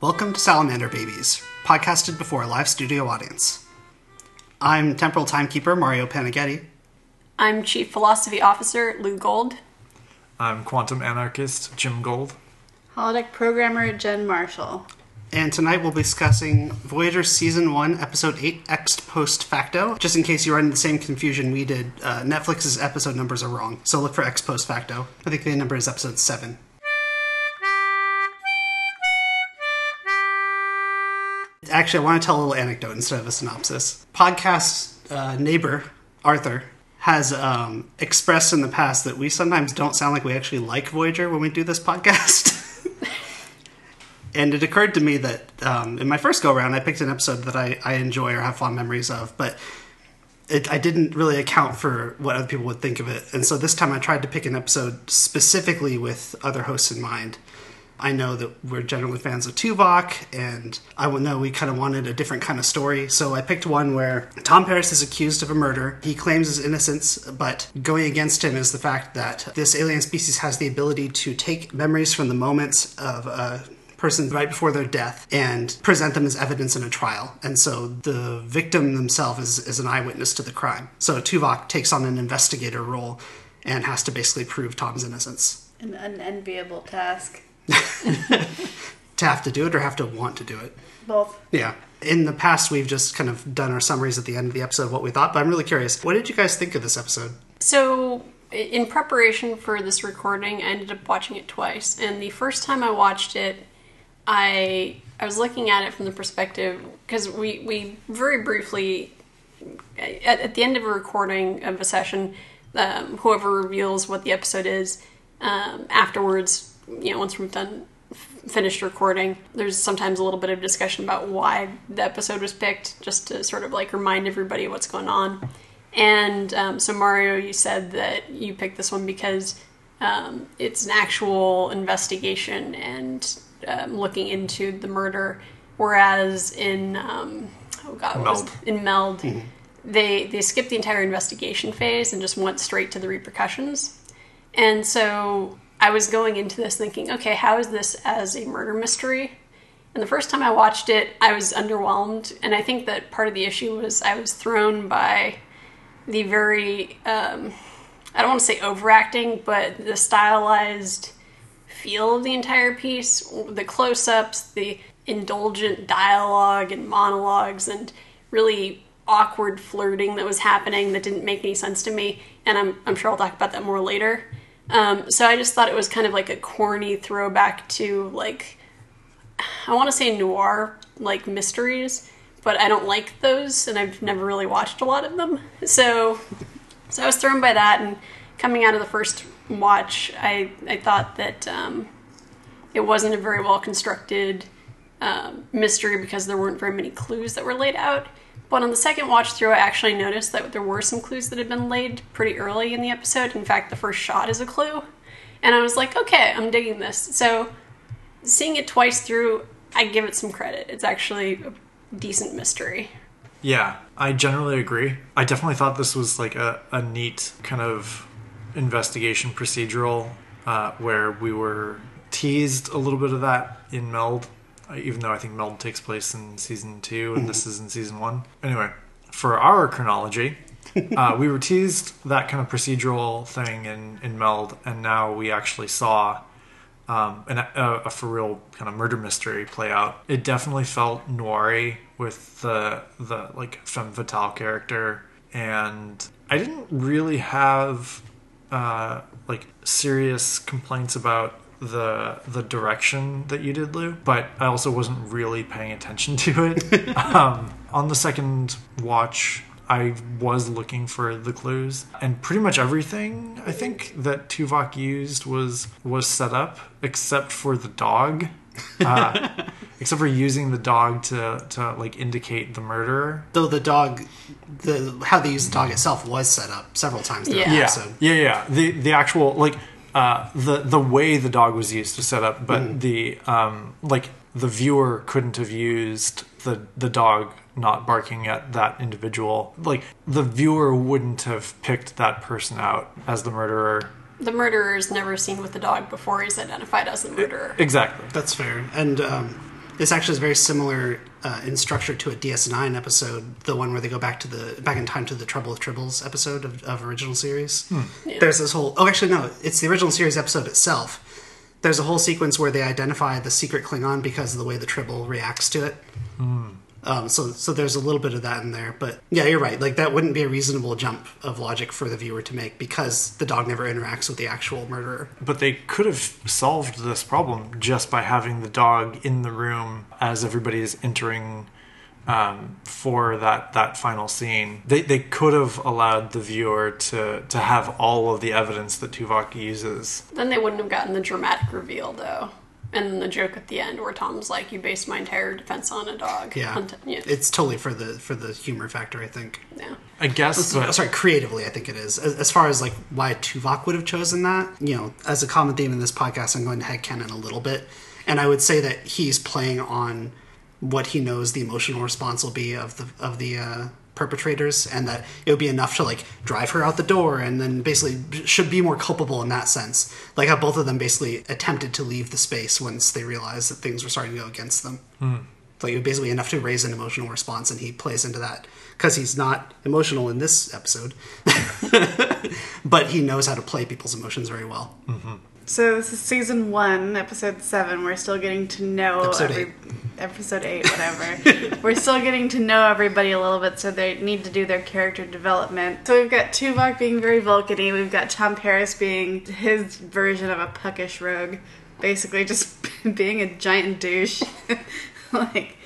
Welcome to Salamander Babies, podcasted before a live studio audience. I'm temporal timekeeper Mario Panaghetti. I'm Chief Philosophy Officer Lou Gold. I'm um, quantum anarchist Jim Gold. Holodeck programmer Jen Marshall. And tonight we'll be discussing Voyager Season 1, Episode 8, Ex Post Facto. Just in case you are in the same confusion we did, uh, Netflix's episode numbers are wrong, so look for Ex Post Facto. I think the number is Episode 7. Actually, I want to tell a little anecdote instead of a synopsis. Podcast uh, neighbor, Arthur, has um, expressed in the past that we sometimes don't sound like we actually like Voyager when we do this podcast. and it occurred to me that um, in my first go round, I picked an episode that I, I enjoy or have fond memories of, but it, I didn't really account for what other people would think of it. And so this time I tried to pick an episode specifically with other hosts in mind. I know that we're generally fans of Tuvok, and I would know we kind of wanted a different kind of story. So I picked one where Tom Paris is accused of a murder. He claims his innocence, but going against him is the fact that this alien species has the ability to take memories from the moments of a person right before their death and present them as evidence in a trial. And so the victim themselves is, is an eyewitness to the crime. So Tuvok takes on an investigator role and has to basically prove Tom's innocence. An unenviable task. To have to do it or have to want to do it. Both. Yeah. In the past, we've just kind of done our summaries at the end of the episode of what we thought, but I'm really curious. What did you guys think of this episode? So, i- in preparation for this recording, I ended up watching it twice. And the first time I watched it, I I was looking at it from the perspective because we we very briefly at, at the end of a recording of a session, um, whoever reveals what the episode is um, afterwards, you know, once we've done finished recording, there's sometimes a little bit of discussion about why the episode was picked, just to sort of like remind everybody what's going on. And um, so, Mario, you said that you picked this one because um, it's an actual investigation and um, looking into the murder, whereas in um, oh god, what was Meld. in Meld, they they skipped the entire investigation phase and just went straight to the repercussions. And so I was going into this thinking, okay, how is this as a murder mystery? And the first time I watched it, I was underwhelmed, and I think that part of the issue was I was thrown by the very um, I don't want to say overacting, but the stylized feel of the entire piece, the close-ups, the indulgent dialogue and monologues and really awkward flirting that was happening that didn't make any sense to me and I'm, I'm sure I'll talk about that more later. Um, so I just thought it was kind of like a corny throwback to like I want to say noir like mysteries, but I don't like those, and I've never really watched a lot of them. So, so I was thrown by that, and coming out of the first watch, I I thought that um, it wasn't a very well constructed um, mystery because there weren't very many clues that were laid out. But on the second watch through, I actually noticed that there were some clues that had been laid pretty early in the episode. In fact, the first shot is a clue. And I was like, okay, I'm digging this. So seeing it twice through, I give it some credit. It's actually a decent mystery. Yeah, I generally agree. I definitely thought this was like a, a neat kind of investigation procedural uh, where we were teased a little bit of that in Meld, uh, even though I think Meld takes place in season two and this is in season one. Anyway, for our chronology, uh, we were teased that kind of procedural thing in, in Meld, and now we actually saw um, an, a, a for real kind of murder mystery play out. It definitely felt noiry with the the like femme fatale character, and I didn't really have uh, like serious complaints about the the direction that you did, Lou. But I also wasn't really paying attention to it. um, on the second watch. I was looking for the clues, and pretty much everything I think that Tuvok used was was set up, except for the dog, uh, except for using the dog to to like indicate the murderer. Though the dog, the how they use the dog itself was set up several times throughout the Yeah. episode. Yeah, yeah. The the actual like uh, the the way the dog was used to set up, but the um, like the viewer couldn't have used the the dog not barking at that individual. Like the viewer wouldn't have picked that person out as the murderer. The murderer is never seen with the dog before he's identified as the murderer. Exactly. That's fair. And um, This actually is very similar uh, in structure to a DS9 episode, the one where they go back to the back in time to the Trouble with Tribbles episode of, of original series. There's this whole. Oh, actually, no, it's the original series episode itself. There's a whole sequence where they identify the secret Klingon because of the way the Tribble reacts to it. Um, so, so there's a little bit of that in there, but yeah, you're right. Like that wouldn't be a reasonable jump of logic for the viewer to make because the dog never interacts with the actual murderer. But they could have solved this problem just by having the dog in the room as everybody is entering um, for that, that final scene. They, they could have allowed the viewer to, to have all of the evidence that Tuvok uses. Then they wouldn't have gotten the dramatic reveal, though. And then the joke at the end where Tom's like, you based my entire defense on a dog. Yeah, On t- yeah. it's totally for the for the humor factor. I think. yeah. I guess, Oh, but Sorry, creatively, I think it is. As, as far as like why Tuvok would have chosen that, you know, as a common theme in this podcast, I'm going to headcanon a little bit, and I would say that he's playing on what he knows the emotional response will be of the of the uh, perpetrators, and that it would be enough to like drive her out the door, and then basically should be more culpable in that sense, like how both of them basically attempted to leave the space once they realized that things were starting to go against them like it basically enough to raise an emotional response and he plays into that because he's not emotional in this episode but he knows how to play people's emotions very well So this is season one, episode seven. We're still getting to know Episode every eight. episode eight, whatever. We're still getting to know everybody a little bit, so they need to do their character development. So we've got Tuvok being very Vulcany. We've got Tom Paris being his version of a puckish rogue, basically just being a giant douche. like,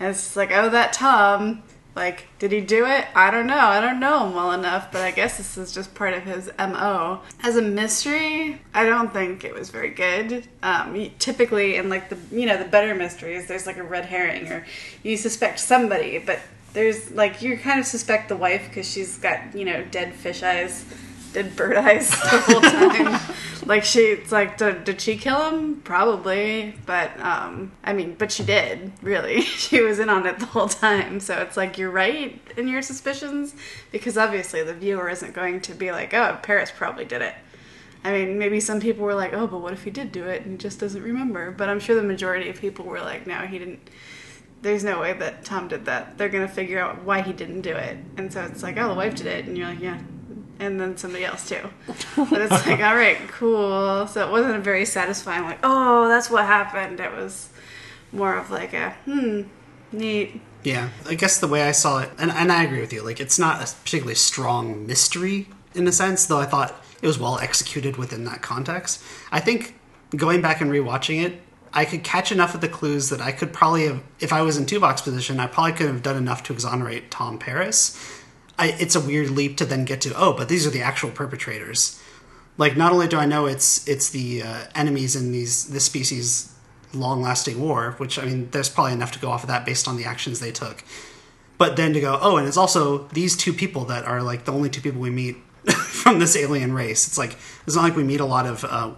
and it's like, oh, that Tom. Like, did he do it? I don't know. I don't know him well enough, but I guess this is just part of his MO. As a mystery, I don't think it was very good. Um, y- typically, in like the you know the better mysteries, there's like a red herring or you suspect somebody, but there's like you kind of suspect the wife because she's got you know dead fish eyes, dead bird eyes the whole time. like she, it's like did, did she kill him? Probably, but um, I mean, but she did really. she was in on it the whole time, so it's like you're right in your suspicions because obviously the viewer isn't going to be like, oh, Paris probably did it. I mean, maybe some people were like, oh, but what if he did do it and he just doesn't remember? But I'm sure the majority of people were like, no, he didn't. There's no way that Tom did that. They're going to figure out why he didn't do it. And so it's like, oh, the wife did it. And you're like, yeah. And then somebody else too. But it's like, all right, cool. So it wasn't a very satisfying, like, oh, that's what happened. It was more of like a, hmm, neat. yeah i guess the way i saw it and, and i agree with you like it's not a particularly strong mystery in a sense though i thought it was well executed within that context i think going back and rewatching it i could catch enough of the clues that i could probably have if i was in tuvok's position i probably could have done enough to exonerate tom paris I, it's a weird leap to then get to oh, but these are the actual perpetrators. Like, not only do I know it's it's the uh, enemies in these this species long-lasting war, which I mean, there's probably enough to go off of that based on the actions they took. But then to go, oh, and it's also these two people that are like the only two people we meet from this alien race. It's like it's not like we meet a lot of uh,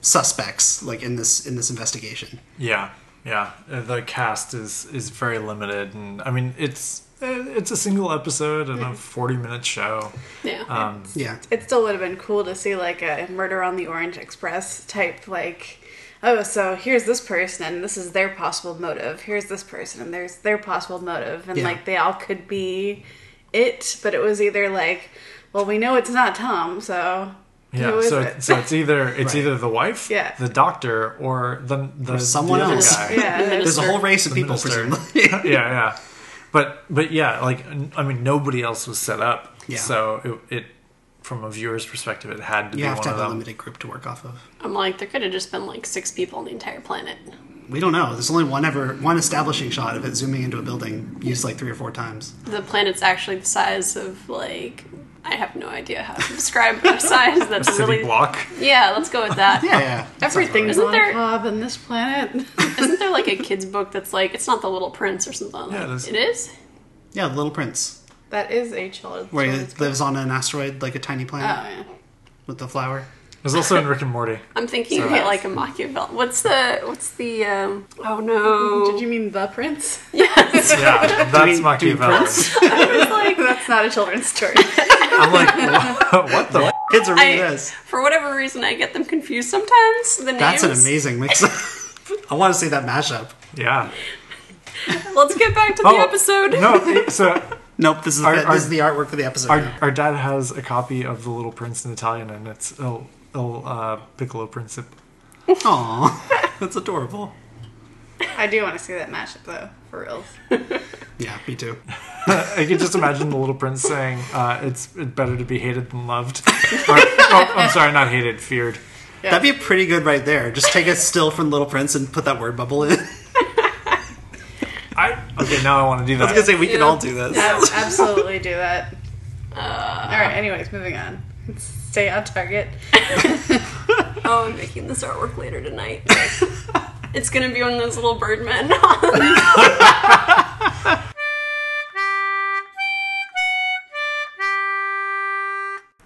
suspects like in this in this investigation. Yeah, yeah. Uh, The cast is is very limited, and I mean it's uh, it's a single episode and a forty minute show. Yeah. Um, Yeah, it still would have been cool to see like a murder on the orange express type like oh so here's this person and this is their possible motive here's this person and there's their possible motive and Yeah. like they all could be it but it was either like well we know it's not tom so who yeah, is so it so it's either it's Right. either the wife, Yeah. the doctor, or the the someone the other else. guy. yeah there's a whole race of The people, minister. presumably. yeah, yeah. But but yeah, like n- I mean, nobody else was set up. Yeah. So it, it from a viewer's perspective, it had to You be have one to have of a them. limited group to work off of. I'm like, there could have just been like six people on the entire planet. We don't know. There's only one ever one establishing shot of it zooming into a building used like three or four times. The planet's actually the size of like, I have no idea how to describe a size that's City really. block. Yeah, let's go with that. Yeah, yeah. everything's Isn't on there- Cobb on this planet Isn't there like a kid's book that's like it's not the Little Prince or something? Like, Yeah, it is. It is. Yeah, The Little Prince, that is a child where he children's book. lives on an asteroid like a tiny oh planet yeah with the flower. There's also in Rick and Morty. I'm thinking So- of it like a Machiavelli. What's the what's the um? Oh no. did you mean the prince Yes. Yeah, that's mean- do you mean Machiavelli. like that's not a children's story I'm like, what, what the? Kids are reading I, this. for whatever reason, I get them confused sometimes. The names. That's an amazing mix. I want to see that mashup. Yeah. Let's get back to the Oh, episode. No, so Nope, this is Our- the, our- this is the artwork for the episode. our, now. our dad has a copy of The Little Prince in Italian, and it's Il, Il uh, Piccolo Principe. Aw, that's adorable. I do want to see that mashup though, for reals. Yeah, me too. I can just imagine the little prince saying, uh, "It's it's better to be hated than loved." Or- oh, I'm sorry, not hated, feared. That'd be pretty good right there. Just take a still from Little Prince and put that word bubble in. I okay, now I want to do I was gonna that. say we can Yeah. all do this. I would absolutely do that. All right. Anyways, moving on. Stay on target. Oh, I'm making this artwork later tonight. it's gonna be one of those little birdmen. oh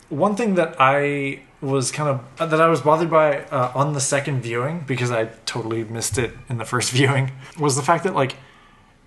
One thing that I was kind of that I was bothered by uh, on the second viewing because I totally missed it in the first viewing was the fact that like,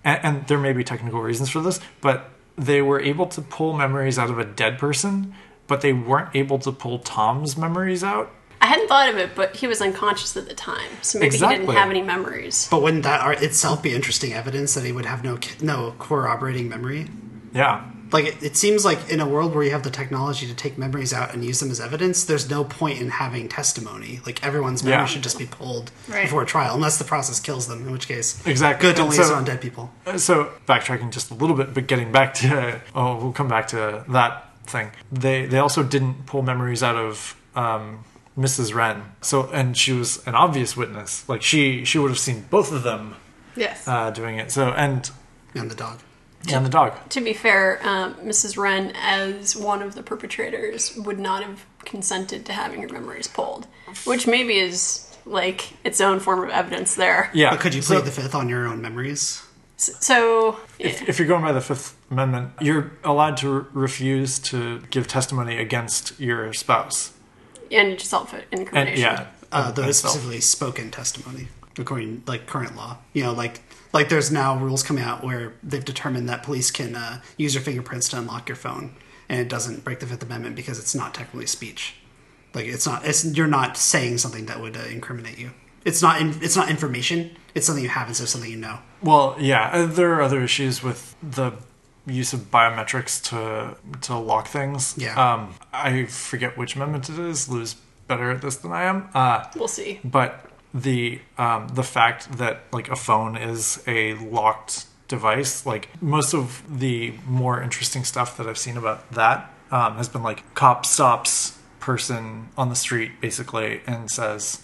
and, and there may be technical reasons for this, but they were able to pull memories out of a dead person, but they weren't able to pull Tom's memories out. I hadn't thought of it, but he was unconscious at the time, so maybe he Exactly. didn't have any memories. But wouldn't that art itself be interesting evidence that he would have no no corroborating memory? Yeah, Like it, it seems like in a world where you have the technology to take memories out and use them as evidence, there's no point in having testimony. Like everyone's memory Yeah. should just be pulled Right. before a trial, unless the process kills them. In which case, Exactly. good to And only so- use it on dead people. So backtracking just a little bit, but getting back to oh, we'll come back to that thing. They they also didn't pull memories out of um, Mrs. Wren. So and she was an obvious witness. Like she she would have seen both of them Yes. uh, doing it. So and And the dog. and the dog. To be fair, um, Mrs. Wren, as one of the perpetrators, would not have consented to having her memories pulled, which maybe is like its own form of evidence there. Yeah. But could you So plead the fifth on your own memories? S- So, if, if you're going by the Fifth Amendment, you're allowed to re- refuse to give testimony against your spouse. and self And incrimination. yeah. Uh, and- though and it's self. specifically spoken testimony, according like current law. You know, like like there's now rules coming out where they've determined that police can uh, use your fingerprints to unlock your phone, and it doesn't break the Fifth Amendment because it's not technically speech. Like it's not it's you're not saying something that would uh, incriminate you. It's not in, it's not information. It's something you have instead of something you know. Well, yeah, uh, there are other issues with the use of biometrics to to lock things. Yeah. Um, I forget which amendment it is. Lou's better at this than I am. Uh, We'll see. but the um, the fact that like a phone is a locked device, like most of the more interesting stuff that I've seen about that um, has been like cop stops person on the street basically and says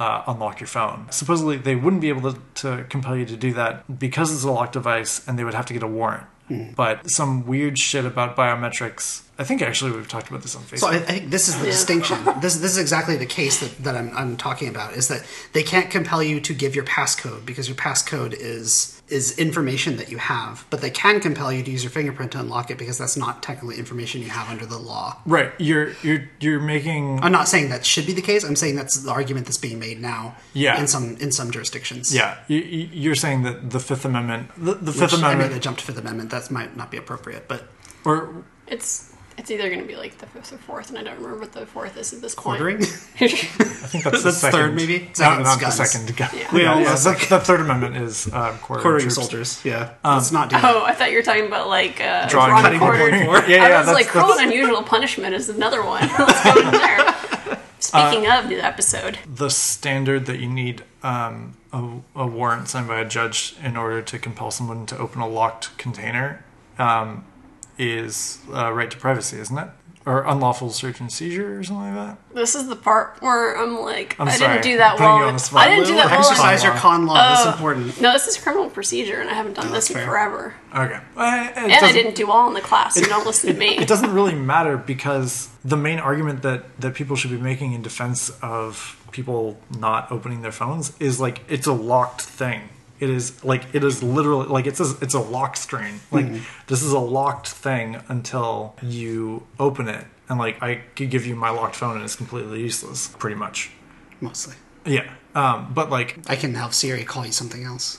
uh, unlock your phone. Supposedly, they wouldn't be able to, to compel you to do that because it's a locked device and they would have to get a warrant. Hmm. But some weird shit about biometrics. I think actually we've talked about this on Facebook. So I, I think this is the distinction. This this is exactly the case that, that I'm, I'm talking about. Is that they can't compel you to give your passcode because your passcode is is information that you have, but they can compel you to use your fingerprint to unlock it because that's not technically information you have under the law. right, you're you're you're making I'm not saying that should be the case. I'm saying that's the argument that's being made now. Yeah. In some in some jurisdictions. yeah. You, you- you're saying that the Fifth Amendment, the, the Which, Fifth I made a Amendment, jump to Fifth Amendment. That might not be appropriate, but or It's it's either going to be like the fifth or fourth, and I don't remember what the fourth is at this point. ordering. I think that's, the That's third, second, maybe? No, Second's not guns. the second. gun. Yeah. Yeah, We yeah, almost- the, the Third Amendment is um, quartering, Ordering troops. soldiers. Yeah. Let's not Um, do that. Oh, I thought you were talking about like uh, Drawing drawing cutting a quarter. the board. Yeah, yeah, I was that's, like, that's- cruel and unusual punishment is another one. Let's go in there. Uh, Speaking of the episode, the standard that you need um, a, a warrant signed by a judge in order to compel someone to open a locked container um, is uh, right to privacy, isn't it? Or unlawful search and seizure, or something like that. this is the part where I'm like, I'm I sorry, didn't do that putting you well. on the spot. I didn't do Lou, that well. Exercise your con law. That's Oh. important. No, this is criminal procedure, and I haven't done this in fair. forever. Okay, Uh, it And I doesn't- didn't do well in the class, so don't listen to me. It doesn't really matter because the main argument that that people should be making in defense of people not opening their phones is like it's a locked thing. It is like it is literally like it's a, it's a lock screen. Like this is a locked thing until you open it. And like I could give you my locked phone and it's completely useless, pretty much. Mostly. Yeah. Um, but like I can have Siri call you something else.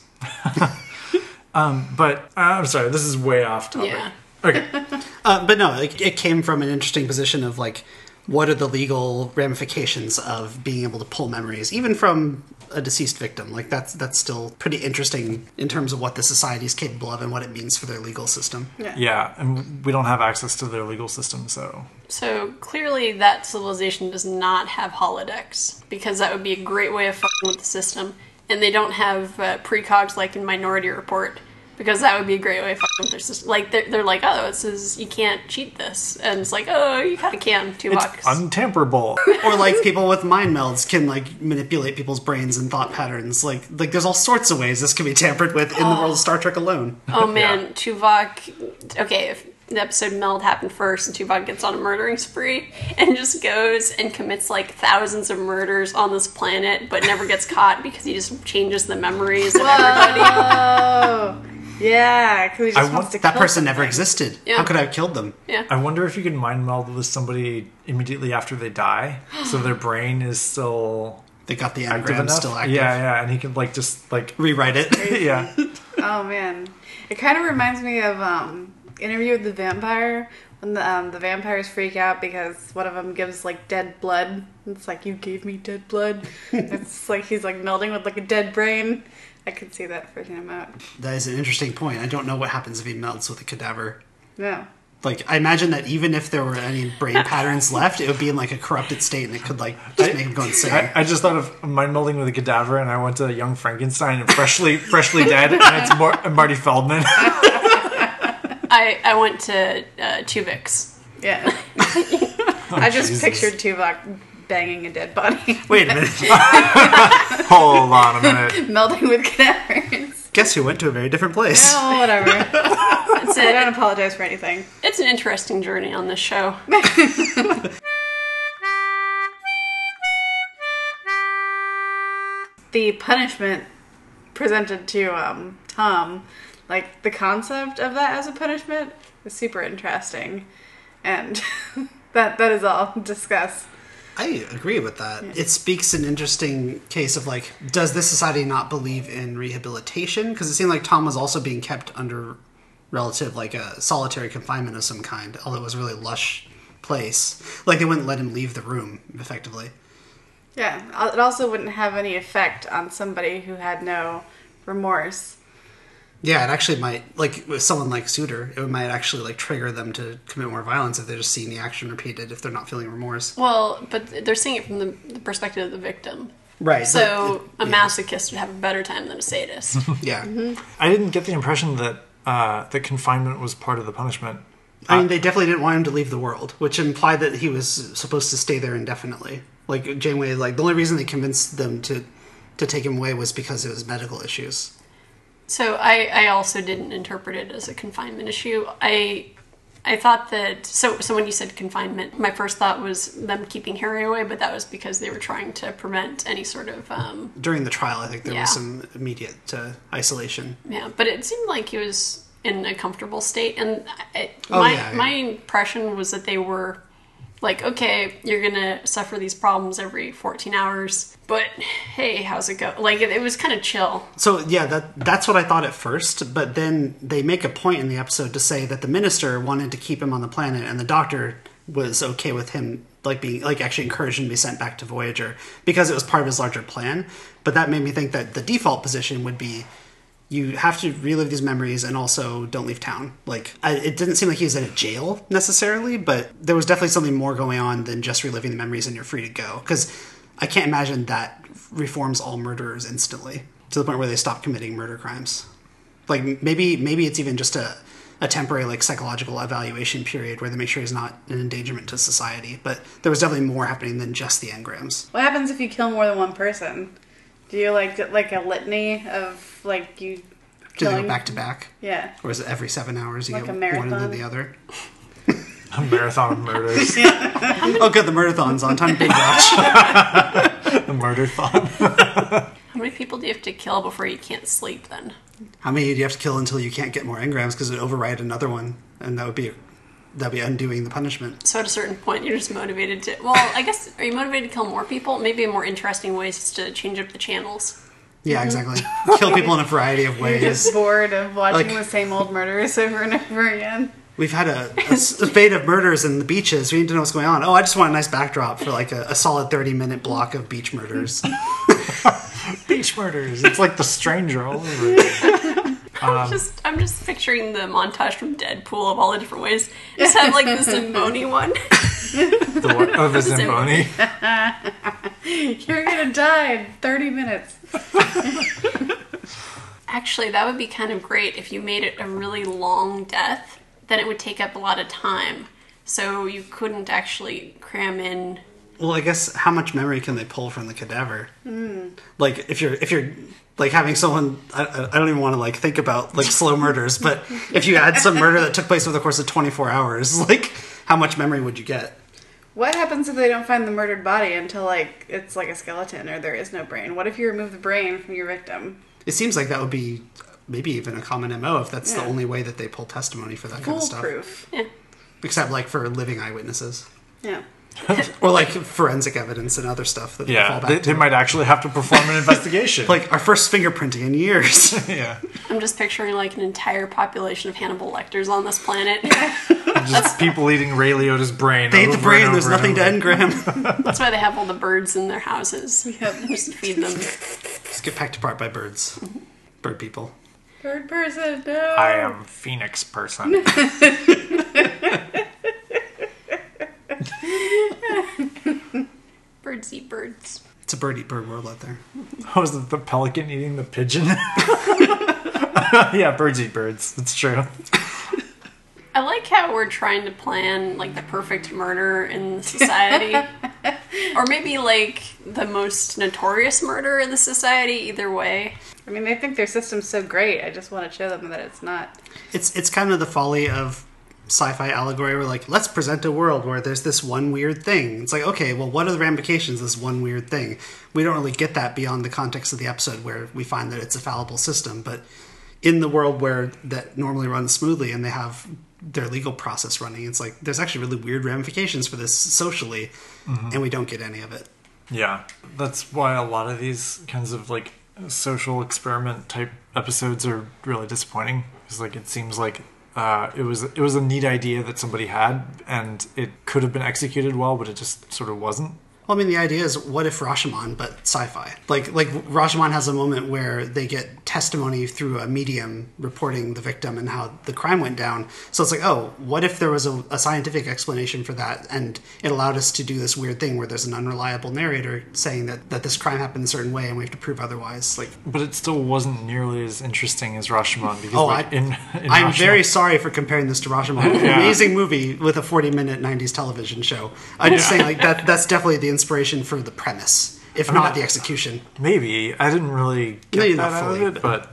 but uh, I'm sorry, this is way off topic. Yeah. Okay. Uh, but no, it, it came from an interesting position of like what are the legal ramifications of being able to pull memories, even from a deceased victim? Like that's that's still pretty interesting in terms of what the society is capable of and what it means for their legal system. Yeah, and we don't have access to their legal system, so So clearly, that civilization does not have holodecks because that would be a great way of fucking with the system. And they don't have uh, precogs like in Minority Report because that would be a great way of fucking with their system. Like they're, they're like, oh, it says you can't cheat this, and it's like, oh, you kind of can. Two it's bucks. untamperable. or like people with mind melds can like manipulate people's brains and thought patterns. Like like there's all sorts of ways this can be tampered with in the world of Star Trek alone. Oh man, Tuvok. Okay, if the episode Meld happened first and Tuvok gets on a murdering spree and just goes and commits like thousands of murders on this planet but never gets caught because he just changes the memories of everybody. Oh, yeah. Because he just I wants want- to That kill person never something. existed. Yeah. How could I have killed them? I wonder if you can mind meld with somebody immediately after they die, so their brain is still They got the active anagram enough. still active. Yeah, yeah, and he can like just like Rewrite it. yeah. Oh man, it kind of reminds me of um, Interview with the Vampire when the um, the vampires freak out because one of them gives like dead blood. It's like you gave me dead blood. it's like he's like melding with like a dead brain. I could see that freaking him out. that is an interesting point. I don't know what happens if he melds with a cadaver. No. Like I imagine that even if there were any brain patterns left, it would be in like a corrupted state, and it could like just make him go insane. I, I just thought of mind melding with a cadaver, and I went to Young Frankenstein and freshly freshly dead, and it's Mar- Marty Feldman. I, I went to uh, Tuvix. Yeah. I just Oh, Jesus. pictured Tuvok banging a dead body, Wait a minute. Hold on a minute. melding with cadavers. Guess who went to a very different place? Oh, whatever. It's, I a, don't apologize for anything. it's an interesting journey on this show. the punishment presented to um, Tom, like the concept of that as a punishment, is super interesting, and that that is all discussed. I agree with that. It speaks an interesting case of like, does this society not believe in rehabilitation? Because it seemed like Tom was also being kept under relative, like a solitary confinement of some kind, although it was a really lush place. Like they wouldn't let him leave the room, effectively. Yeah, al- it also wouldn't have any effect on somebody who had no remorse. Yeah, it actually might like with someone like Suter, it might actually like trigger them to commit more violence if they're just seeing the action repeated if they're not feeling remorse. Well, but they're seeing it from the, the perspective of the victim. Right. So a masochist would have a better time than a sadist. yeah. I didn't get the impression that uh, that confinement was part of the punishment. I mean, they definitely didn't want him to leave the world, which implied that he was supposed to stay there indefinitely. Like Janeway, like the only reason they convinced them to to take him away was because it was medical issues. So I, I also didn't interpret it as a confinement issue. I I thought that so so when you said confinement, my first thought was them keeping Harry away, but that was because they were trying to prevent any sort of um, During the trial, I think there Yeah. was some immediate uh, isolation. yeah. But it seemed like he was in a comfortable state, and I, Oh, my yeah, yeah. my impression was that they were like, okay, you're gonna suffer these problems every 14 hours, but hey, how's it go? Like it, it was kind of chill. So yeah, that that's what I thought at first, but then they make a point in the episode to say that the minister wanted to keep him on the planet, and the doctor was okay with him like being like actually encouraged him to be sent back to Voyager because it was part of his larger plan. But that made me think that the default position would be you have to relive these memories and also don't leave town. Like I, it didn't seem like he was in a jail necessarily, but there was definitely something more going on than just reliving the memories and you're free to go because. I can't imagine that reforms all murderers instantly to the point where they stop committing murder crimes. Like m- maybe maybe it's even just a a temporary like psychological evaluation period where they make sure he's not an endangerment to society. But there was definitely more happening than just the engrams. What happens if you kill more than one person? Do you like get, like a litany of like you Do they killing- go back to back, Yeah. or is it every seven hours you Like get a one and then marathon? the other? A marathon of murders, Oh, good, the marathon's on time. Big watch. the murder thon. How many people do you have to kill before you can't sleep? Then How many do you have to kill until you can't get more engrams because it would override another one, and that would be that'd be undoing the punishment. So at a certain point, you're just motivated to. Well, I guess are you motivated to kill more people? Maybe a more interesting way is to change up the channels. Yeah, exactly. Kill people in a variety of ways. Just bored of watching Like- the same old murders over and over again. We've had a, a spate of murders in the beaches. We need to know what's going on. Oh, I just want a nice backdrop for like a, a solid 30 minute block of beach murders. Beach murders. It's like the stranger all over. again. Um, I'm just I'm just picturing the montage from Deadpool of all the different ways. Just have like the Zamboni one. The one, oh, the Zamboni. You're gonna die in 30 minutes. Actually, that would be kind of great if you made it a really long death. Then it would take up a lot of time, so you couldn't actually cram in. well, I guess how much memory can they pull from the cadaver? Hmm. Like if you're if you're like having someone I, I- I don't even want to like think about like slow murders, but if you had some murder that took place over the course of 24 hours, like how much memory would you get? What happens if they don't find the murdered body until like it's like a skeleton or there is no brain? What if you remove the brain from your victim? It seems like that would be maybe even a common MO if that's the Yeah. only way that they pull testimony for that kind of stuff. Foolproof. Yeah. Except like for living eyewitnesses. Yeah. Or like forensic evidence and other stuff that they Yeah, fall back they, to. they might actually have to perform an investigation. like our first fingerprinting in years. yeah, I'm just picturing like an entire population of Hannibal Lecters on this planet. just people eating Ray Liotta's brain. they ate the over brain, and there's over nothing and to over. engram. That's why they have all the birds in their houses. Just feed them. Just get pecked apart by birds. Bird people. Third person. No. I am Phoenix person. Birds eat birds. It's a bird eat bird world out there. Oh, is it the pelican eating the pigeon? yeah, birds eat birds. That's true. I like how we're trying to plan like the perfect murder in society, or maybe like the most notorious murder in the society. Either way, I mean, they think their system's so great. I just want to show them that it's not. It's it's kind of the folly of sci-fi allegory where like let's present a world where there's this one weird thing it's like okay well what are the ramifications of this one weird thing we don't really get that beyond the context of the episode where we find that it's a fallible system but in the world where that normally runs smoothly and they have their legal process running it's like there's actually really weird ramifications for this socially and we don't get any of it Yeah, that's why a lot of these kinds of like social experiment type episodes are really disappointing. It's like it seems like uh, it was it was a neat idea that somebody had, and it could have been executed well, but it just sort of wasn't. Well, I mean, the idea is what if Rashomon, but sci-fi? Like, like Rashomon has a moment where they get testimony through a medium reporting the victim and how the crime went down. So it's like, oh, what if there was a, a scientific explanation for that, and it allowed us to do this weird thing where there's an unreliable narrator saying that that this crime happened a certain way, and we have to prove otherwise. Like, But it still wasn't nearly as interesting as Rashomon because Oh, like, I- in, in I'm Rashomon- very sorry for comparing this to Rashomon, It's an Yeah. amazing movie with a 40 minute 90s television show. I'm just saying, like that that's definitely the inspiration for the premise, if not the execution. maybe I didn't really get Maybe that not out of fully, it, but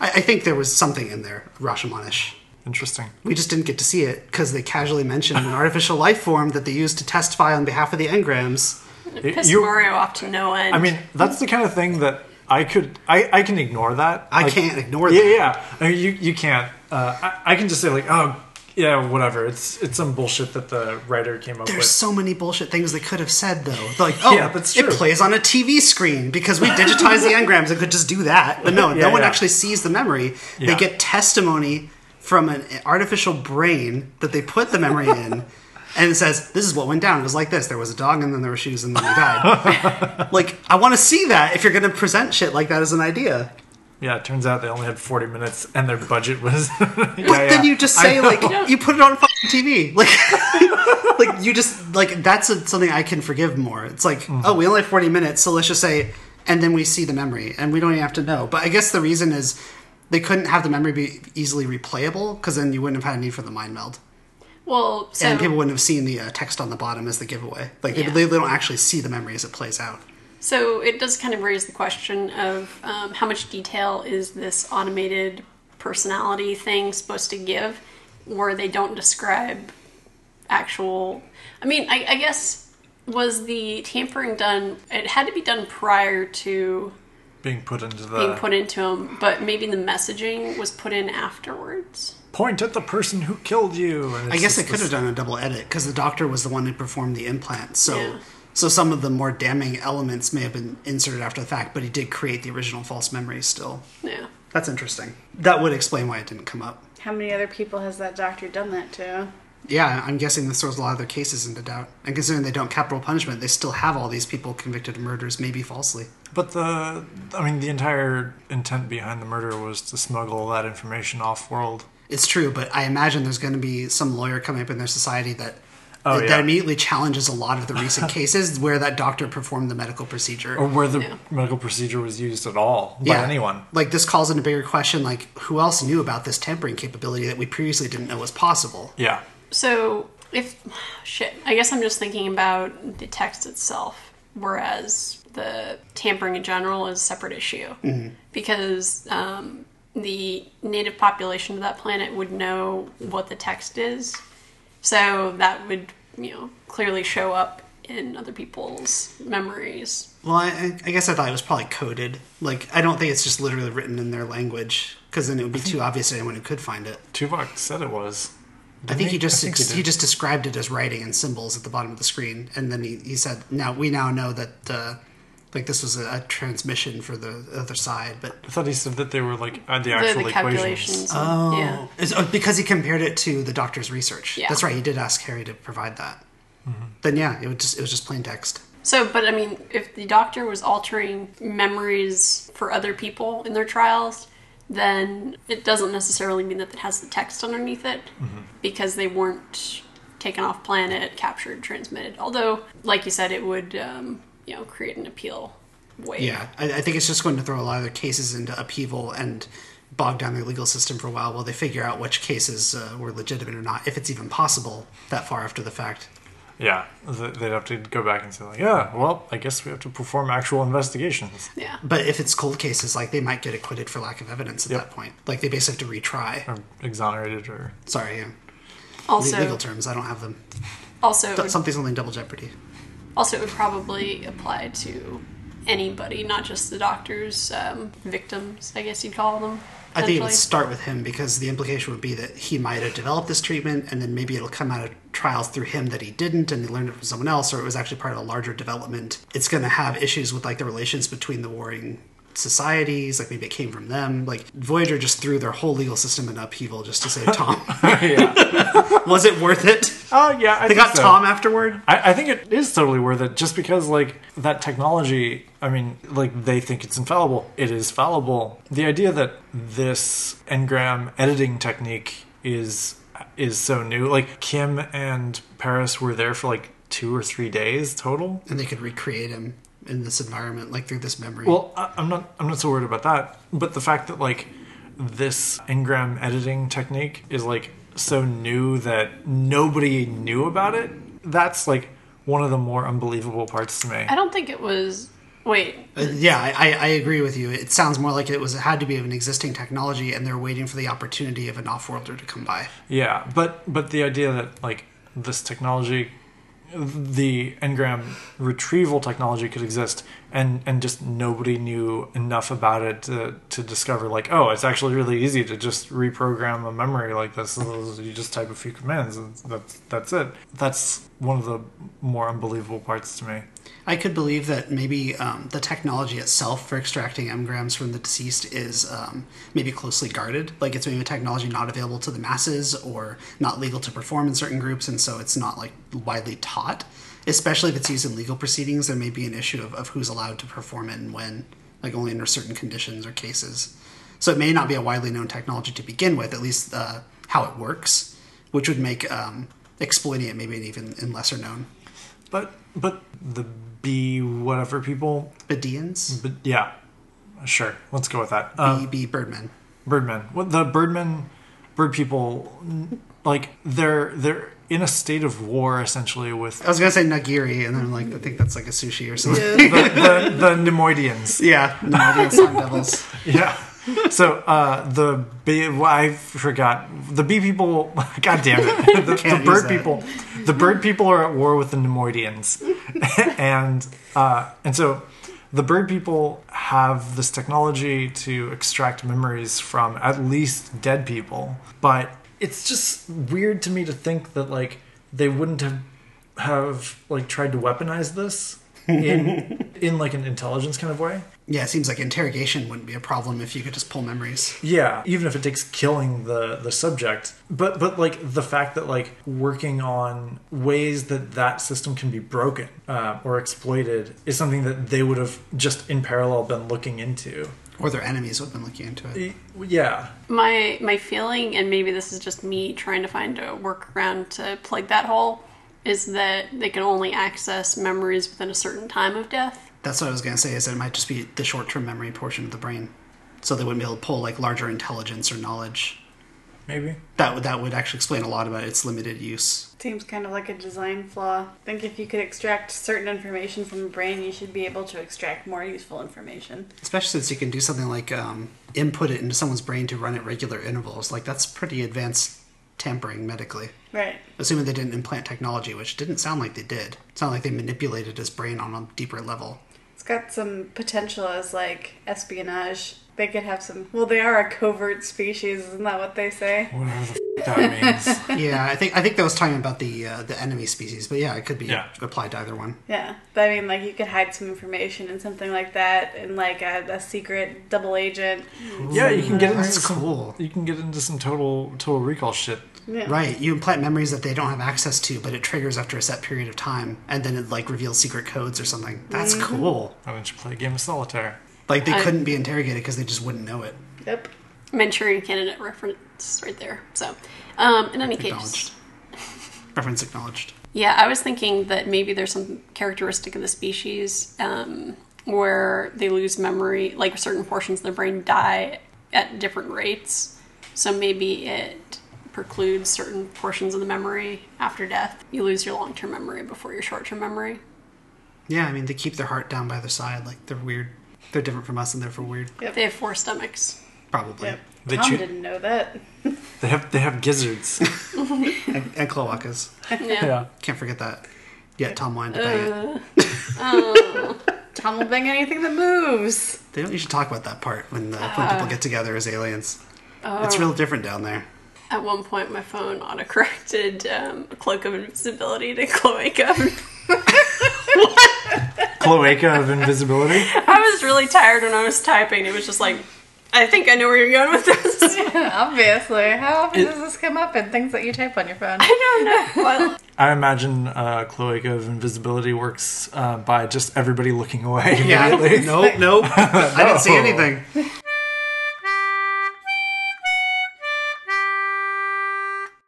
I, I think there was something in there, Rashomonish. interesting. We just didn't get to see it because they casually mentioned an artificial life form that they used to testify on behalf of the engrams. it pissed you- Mario off to no end. I mean, that's the kind of thing that I could, I, I can ignore that. I Like, can't ignore Yeah, that. yeah. I mean, you, you can't. Uh, I, I can just say like, oh, yeah, whatever. It's it's some bullshit that the writer came up with. There's so many bullshit things they could have said, though. Like, oh, Yeah, that's it true. plays on a TV screen because we digitized the engrams and could just do that. But no, Yeah, no one yeah. actually sees the memory. They Yeah. get testimony from an artificial brain that they put the memory in. And it says, this is what went down. It was like this. There was a dog, and then there were shoes, and then he died. like, I want to see that if you're going to present shit like that as an idea. yeah, it turns out they only had 40 minutes, and their budget was. yeah, But then you just say like you put it on fucking TV, like like you just like that's a, something I can forgive more. It's like Mm-hmm. oh, we only have forty minutes, so let's just say, and then we see the memory, and we don't even have to know. But I guess the reason is they couldn't have the memory be easily replayable because then you wouldn't have had a need for the mind meld, well, so and people wouldn't have seen the uh, text on the bottom as the giveaway. Like Oh. Yeah. they, they don't actually see the memory as it plays out. So it does kind of raise the question of um, how much detail is this automated personality thing supposed to give, where they don't describe actual. I mean, I, I guess was the tampering done? It had to be done prior to being put into the being Uh. put into him, but maybe the messaging was put in afterwards. point at the person who killed you. And I guess they could have done a double edit because the doctor was the one who performed the implant. So, Yeah. so some of the more damning elements may have been inserted after the fact, but he did create the original false memory still. Yeah. That's interesting. That would explain why it didn't come up. How many other people has that doctor done that to? Yeah, I'm guessing this throws a lot of their cases into doubt. And considering they don't capital punishment, they still have all these people convicted of murders, maybe falsely. But the, I mean, the entire intent behind the murder was to smuggle that information off world. It's true, but I imagine there's going to be some lawyer coming up in their society that Oh, that, yeah. that immediately challenges a lot of the recent cases where that doctor performed the medical procedure. Or where the Yeah. medical procedure was used at all by anyone. Like this calls into bigger question like who else knew about this tampering capability that we previously didn't know was possible? Yeah. So if shit, I guess I'm just thinking about the text itself, whereas the tampering in general is a separate issue because um, the native population of that planet would know what the text is, so that would you know clearly show up in other people's memories. Well, I, I- I guess I thought it was probably coded. Like I don't think it's just literally written in their language because then it would be too obvious to anyone who could find it. Tuvok said it was. I think he just I think ex- he he, did. just described it as writing and symbols at the bottom of the screen, and then he, he said, "Now we now know that uh, like this was a, a transmission for the other side." But I thought he said that they were like uh, the The, actual the equations. calculations. Yeah. It's- oh, because he compared it to the doctor's research. Yeah. That's right. He did ask Harry to provide that. Then yeah, it was just it was just plain text. So, but I mean, if the doctor was altering memories for other people in their trials, then it doesn't necessarily mean that it has the text underneath it Mm-hmm. because they weren't taken off planet, captured, transmitted. Although, like you said, it would, um, you know, create an appeal wave. Yeah, I, I think it's just going to throw a lot of their cases into upheaval and bog down their legal system for a while while they figure out which cases uh, were legitimate or not, if it's even possible that far after the fact. Yeah, Th- they'd have to go back and say like, yeah, well, I guess we have to perform actual investigations. Yeah. But if it's cold cases, like they might get acquitted for lack of evidence at Yep. that point. Like they basically have to retry. Or exonerated or Sorry, yeah. Le- Also, legal terms. I don't have them. also, it Th- would, Something's only in double jeopardy. also, it would probably apply to anybody, not just the doctor's um, victims. I guess you'd call them. I think it would potentially. start with him because the implication would be that he might have developed this treatment, and then maybe it'll come out of trials through him that he didn't, and they learned it from someone else, or it was actually part of a larger development. It's going to have issues with like the relations between the warring societies, like maybe it came from them. Like Voyager just threw their whole legal system in upheaval just to save Tom. yeah. was it worth it? Oh yeah, I They think got so. Tom afterward. I, I think it is totally worth it just because like that technology i mean like they think it's infallible it is fallible the idea that this engram editing technique is is so new like kim and paris were there for like two or three days total and they could recreate him in this environment, like through this memory. Well, I, I'm not. I'm not so worried about that. But the fact that like this engram editing technique is like so new that nobody knew about it. That's like one of the more unbelievable parts to me. I don't think it was. Wait, Uh, yeah, I, I- I agree with you. It sounds more like it was it had to be of an existing technology, and they're waiting for the opportunity of an off-worlder to come by. Yeah, but but the idea that like this technology, the engram retrieval technology could exist, and and just nobody knew enough about it to to discover like oh it's actually really easy to just reprogram a memory like this. You just type a few commands and that's that's it. That's one of the more unbelievable parts to me. I could believe that maybe um, the technology itself for extracting engrams from the deceased is um, maybe closely guarded. Like it's maybe a technology not available to the masses or not legal to perform in certain groups, and so it's not like widely taught. Especially if it's used in legal proceedings, there may be an issue of, of who's allowed to perform it and when, like only under certain conditions or cases. So it may not be a widely known technology to begin with, at least uh, how it works, which would make um, exploiting it maybe even in lesser known. But but the B whatever people. Bedians? But yeah, sure. Let's go with that. Um, B. B. Birdman. birdmen. What the birdmen, bird people, n- like they're they're in a state of war essentially with I was gonna say nagiri, and then I'm like, I think that's like a sushi or something. the, the, the Nemoidians. Yeah, no, that's not devils. Yeah. So uh, the bee, well, I forgot the bee people. God damn it! The, the Can't use bird that. people. The bird people are at war with the Nemoidians, and uh, and so the bird people have this technology to extract memories from at least dead people. But it's just weird to me to think that like they wouldn't have have like tried to weaponize this in in like an intelligence kind of way Yeah, it seems like interrogation wouldn't be a problem if you could just pull memories. Yeah, even if it takes killing the the subject, but but like the fact that like working on ways that that system can be broken uh, or exploited is something that they would have just in parallel been looking into. Or their enemies would have been looking into it. Y- Yeah, My my feeling, and maybe this is just me trying to find a workaround to plug that hole, is that they can only access memories within a certain time of death. That's what I was going to say, is that it might just be the short term memory portion of the brain. So they wouldn't be able to pull like larger intelligence or knowledge. maybe. That would, that would actually explain a lot about its limited use. Seems kind of like a design flaw. I think if you could extract certain information from a brain, you should be able to extract more useful information. Especially since you can do something like um, input it into someone's brain to run at regular intervals. Like, that's pretty advanced tampering medically. Right. Assuming they didn't implant technology, which didn't sound like they did. It sounded like they manipulated his brain on a deeper level. It's got some potential as like espionage. They could have some. Well, they are a covert species, isn't that what they say? Whatever the f- that means. yeah, I think I think that was talking about the uh, the enemy species, but yeah, it could be Yeah. applied to either one. Yeah, but I mean, like you could hide some information and something like that, and like a, a secret double agent. Yeah, you can get into That's some, cool. You can get into some total total recall shit. Yeah. Right, you implant memories that they don't have access to, but it triggers after a set period of time, and then it like reveals secret codes or something. That's cool. Why don't you play a game of solitaire? Like they I- couldn't be interrogated because they just wouldn't know it. Yep. Manchurian candidate reference right there. So, um, in any Acknowledged. case, Reference acknowledged. yeah, I was thinking that maybe there's some characteristic of the species um, where they lose memory, like certain portions of their brain die at different rates. So maybe it precludes certain portions of the memory after death. You lose your long term memory before your short term memory. Yeah, I mean they keep their heart down by their side. Like they're weird. They're different from us, and therefore weird. They have four stomachs. Probably. Yep. They Tom choo- didn't know that. They have they have gizzards. And, and cloacas. Yeah. yeah. Can't forget that. Yeah, Tom whined about it. Tom will bang anything that moves. They don't usually talk about that part when the, when people get together as aliens. it's real different down there. At one point, my phone autocorrected um, a cloak of invisibility to cloaca. Cloaca of invisibility. I was really tired when I was typing. It was just like, I think I know where you're going with this. I Obviously, how often does this come up in things that you type on your phone? don't know. Well, I imagine uh, cloaca of invisibility works uh, by just everybody looking away immediately. nope, nope. I didn't see anything.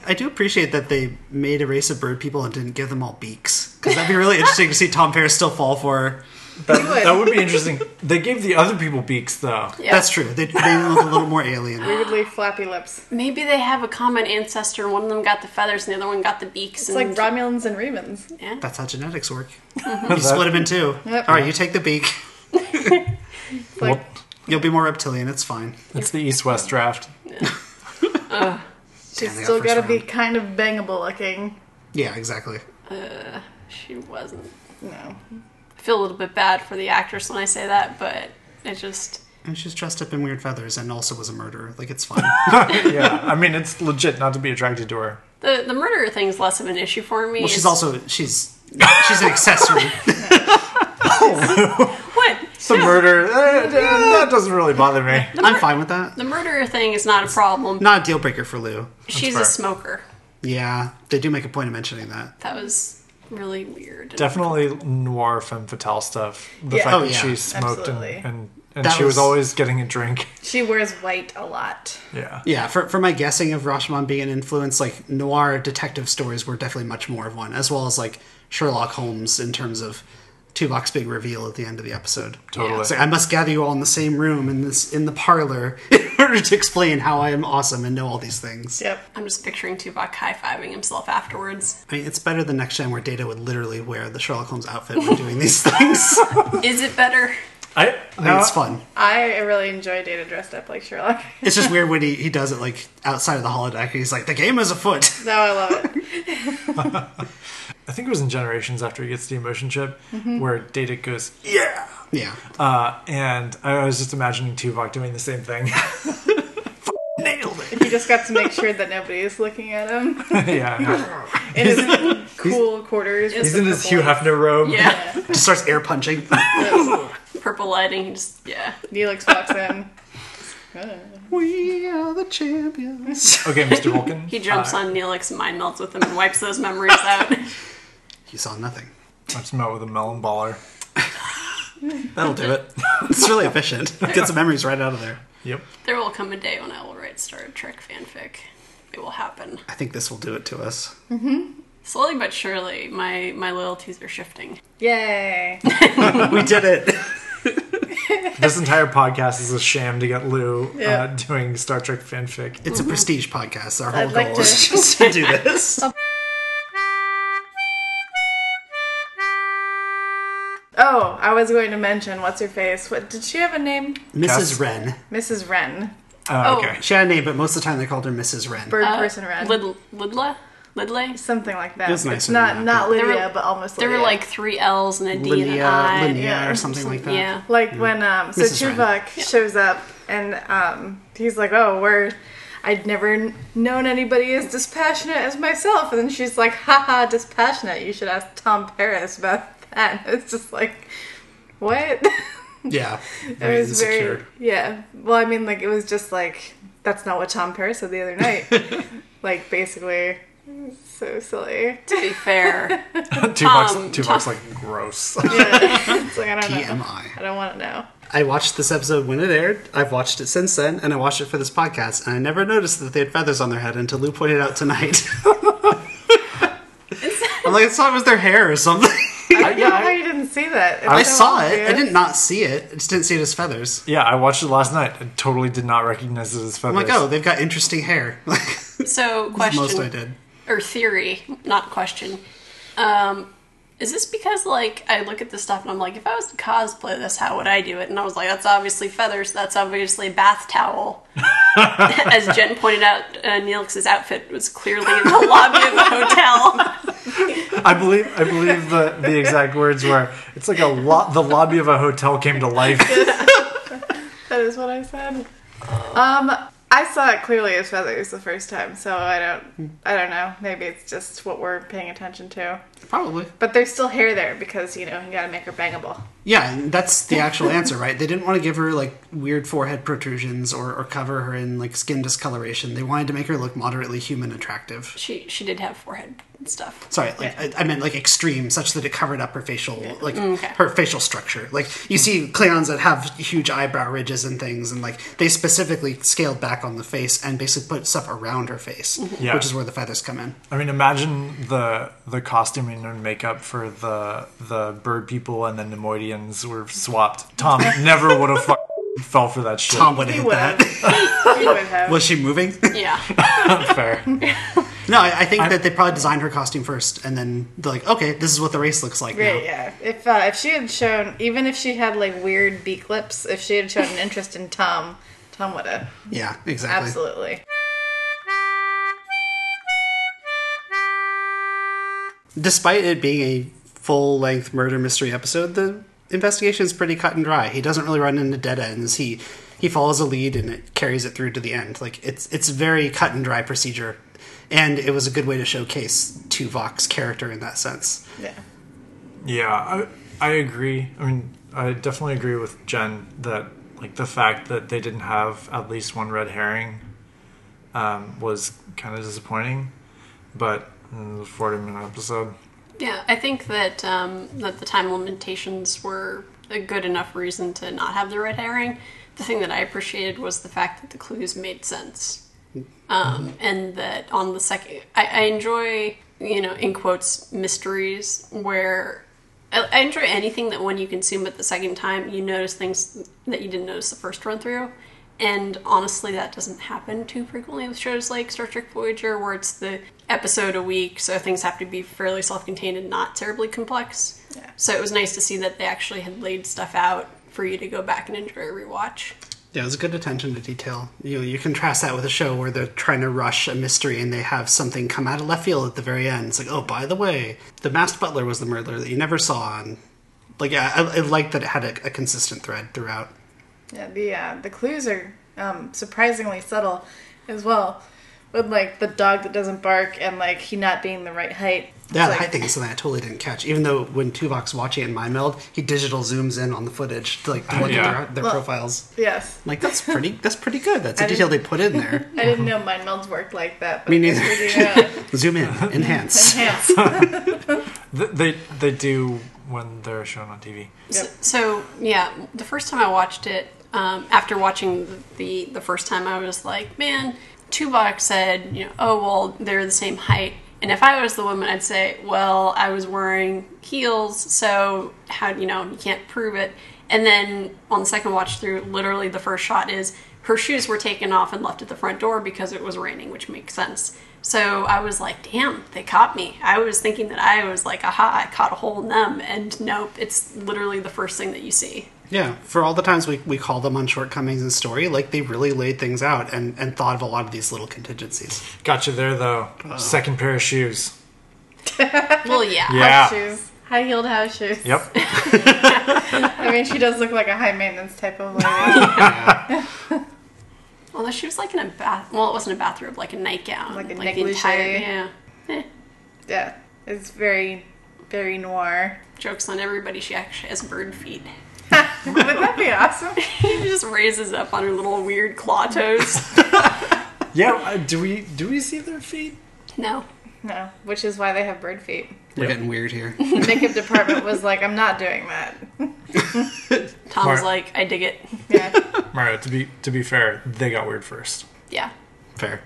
I do appreciate that they made a race of bird people and didn't give them all beaks. Because that'd be really interesting to see Tom Paris still fall for her. That, that would be interesting. They gave the other people beaks though. Yeah. That's true. They, they look a little more alien. Weirdly flappy lips. maybe they have a common ancestor. and One of them got the feathers, and the other one got the beaks. It's like and Romulans and Remans. That's how genetics work. You split them in two. Yep. All right, you take the beak. It's like Well, You'll be more reptilian. It's fine. it's the east-west draft. Damn, they she's still first gotta be round. kind of bangable looking. Yeah, exactly. she wasn't. No. I feel a little bit bad for the actress when I say that, but it just. And she's dressed up in weird feathers and also was a murderer. Like, it's fine. yeah, I mean it's legit not to be attracted to her. The, the murderer thing's less of an issue for me. Well, she's It's- also she's she's an accessory. What? The murder eh, eh, that doesn't really bother me. I'm fine with that. The murderer thing is not a problem. Not a deal breaker for Lou. She's fair. a smoker. Yeah, they do make a point of mentioning that. That was really weird. Definitely noir femme fatale stuff. The Yeah. fact Oh, that yeah. she smoked and Absolutely. and, and That she was... was- always getting a drink. She wears white a lot. Yeah. Yeah, for, for my guessing of Rashomon being an influence, like noir detective stories were definitely much more of one, as well as like Sherlock Holmes in terms of Tuvok's big reveal at the end of the episode. Totally. It's like, I must gather you all in the same room in this in the parlor in order to explain how I am awesome and know all these things. Yep. I'm just picturing Tuvok high fiving himself afterwards. I mean, it's better than next gen where Data would literally wear the Sherlock Holmes outfit when doing these things. Is it better? I, I mean, now- it's fun. I really enjoy Data dressed up like Sherlock. It's just weird when he, he does it like outside of the holodeck. He's like, the game is afoot. No, I love it. I think it was in Generations after he gets the emotion chip, where Data goes, "Yeah," Yeah, uh, and I was just imagining Tuvok doing the same thing. Nailed it. You just got to make sure that nobody is looking at him. yeah, I know. It is cool quarters. he's in his Hugh Hefner robe. Yeah. just starts air punching. purple lighting. He just yeah. Neelix walks in. Uh, We are the champions. Okay, Mr. Vulcan. He jumps uh, on Neelix, mind melts with him, and wipes those memories out. you saw nothing. I just met with a melon baller. That'll do it. It's really efficient. Gets the memories right out of there. Yep. there will come a day when I will write Star Trek fanfic. It will happen. I think this will do it to us. Slowly but surely, my, my loyalties are shifting. Yay! We did it. This entire podcast is a sham to get Lou Yeah. uh, doing Star Trek fanfic. It's a prestige podcast. Our whole I'd like goal to- is just to do this. Oh, I was going to mention what's her face. What did she have a name? Mrs. Wren. Mrs. Wren, Uh, Oh. okay. She had a name, but most of the time they called her Mrs. Wren. bird Uh, person Wren, Lid- Lidla? Lidley? something like that. It was it's nicer not than that, not but- Lydia, There were- but almost. There were Lydia. like three L's and a D and an Linnea, I. Linnea yeah, or something like that. Yeah. Like when um, so Mrs. Wren. Tuvok shows up and um, he's like, "Oh, we're." I'd never kn- known anybody as dispassionate as myself. And then she's like, haha, dispassionate. You should ask Tom Paris about that. It's just like, what? Yeah. it was very yeah well i mean like it was just like that's not what tom paris said the other night like basically so silly To be fair, two bucks. Um, Two bucks. Like gross. it's like i don't know TMI. i don't want to know E I watched this episode when it aired. I've watched it since then, and I watched it for this podcast, and I never noticed that they had feathers on their head until Lou pointed out tonight. I'm like, I thought it was their hair or something. i don't know how you didn't see that It's I so saw it. I obvious. did not see it. I just didn't see it as feathers. yeah, I watched it last night. I totally did not recognize it as I'm feathers. like, oh, they've got interesting hair. Like, so most I question did. or theory, not question. Um, is this because like I look at this stuff and I'm like, if I was to cosplay this, how would I do it? And I was like, that's obviously feathers. That's obviously a bath towel. As Jen pointed out, uh, Neelix's outfit was clearly in the lobby of the hotel. I believe I believe the, the exact words were. It's like a lot. The lobby of a hotel came to life. that is what i said um i saw it clearly as feathers the first time so i don't i don't know maybe it's just what we're paying attention to Probably. but there's still hair there because you know you gotta make her bangable Yeah, and that's the actual answer, right? They didn't want to give her like weird forehead protrusions or, or cover her in like skin discoloration. They wanted to make her look moderately human attractive. She she did have forehead and stuff. Sorry, like I, I meant like extreme, such that it covered up her facial, like Mm, okay. her facial structure. Like you see Klingons that have huge eyebrow ridges and things, and like they specifically scaled back on the face and basically put stuff around her face, Mm-hmm. Yeah. which is where the feathers come in. I mean, imagine the the costuming and makeup for the the bird people and the Nemoidians were swapped. Tom never would have fu- fell for that shit. Tom would he hate would that. have he would have Was she moving? Yeah. fair. no, I, I think that they probably designed her costume first, and then they're like, okay, this is what the race looks like now. Right, yeah. If uh, if she had shown, even if she had like weird beak lips, if she had shown an interest in Tom, Tom would have Yeah, exactly. absolutely. Despite it being a full length murder mystery episode, the investigation is pretty cut and dry. He doesn't really run into dead ends. He he follows a lead and it carries it through to the end. Like it's it's very cut and dry procedure. And it was a good way to showcase Tuvok's character in that sense. Yeah, Yeah, I I agree. I mean, I definitely agree with Jen that like the fact that they didn't have at least one red herring um, was kind of disappointing. But mm, it was a forty minute episode. Yeah, I think that um, that the time limitations were a good enough reason to not have the red herring. The thing that I appreciated was the fact that the clues made sense, um, and that on the second, I, I enjoy you know in quotes mysteries where I, I enjoy anything that when you consume it the second time you notice things that you didn't notice the first run through. And honestly, that doesn't happen too frequently with shows like Star Trek Voyager, where it's the episode a week, so things have to be fairly self contained and not terribly complex. Yeah. So it was nice to see that they actually had laid stuff out for you to go back and enjoy a rewatch. Yeah, it was good attention to detail. You know, you contrast that with a show where they're trying to rush a mystery and they have something come out of left field at the very end. It's like, oh, by the way, the masked butler was the murderer that you never saw. And like, yeah, I, I like that it had a, a consistent thread throughout. yeah. The uh, the clues are um, surprisingly subtle as well. with like the dog that doesn't bark and like he not being the right height. It's Yeah, the like- height thing is something I totally didn't catch. Even though when Tuvok's watching it in my meld, he digital zooms in on the footage to like to look Yeah. at their, their Well- profiles. Yes. I'm like that's pretty. That's pretty good. That's a I detail they didn't- put in there. I didn't know mind melds worked like that. But uh, Me neither. Yeah. Zoom in, enhance. Yes. Th- They they do when they're shown on TV. So, Yep. so yeah, the first time I watched it, um, after watching the, the the first time, I was like, man, Tuvok said, you know, oh well, they're the same height. And if I was the woman, I'd say, well, I was wearing heels, so how you know you can't prove it. And then on the second watch through, literally the first shot is her shoes were taken off and left at the front door because it was raining, which makes sense. So I was like, damn, they caught me. I was thinking that I was like, aha, I caught a hole in them. And nope, it's literally the first thing that you see. Yeah, for all the times we, we call them on shortcomings in story, like they really laid things out and, and thought of a lot of these little contingencies. Got you there though. Second pair of shoes. Well, yeah. House shoes. High heeled house shoes. Yep. I mean, she does look like a high maintenance type of lady, Although she was like in a bath, well, it wasn't a bathrobe, like a nightgown. Like a the negligee. yeah. Eh, yeah, it's very, very noir. jokes on everybody. She actually has bird feet. Wouldn't that be awesome? she just raises up on her little weird claw toes. yeah. uh, Do we do we see their feet? no. No, which is why they have bird feet. We're Yep. getting weird here. The makeup department was like, "I'm not doing that." Tom's Mar- like, I dig it. Yeah, Mario. To be to be fair, they got weird first. Yeah. Fair.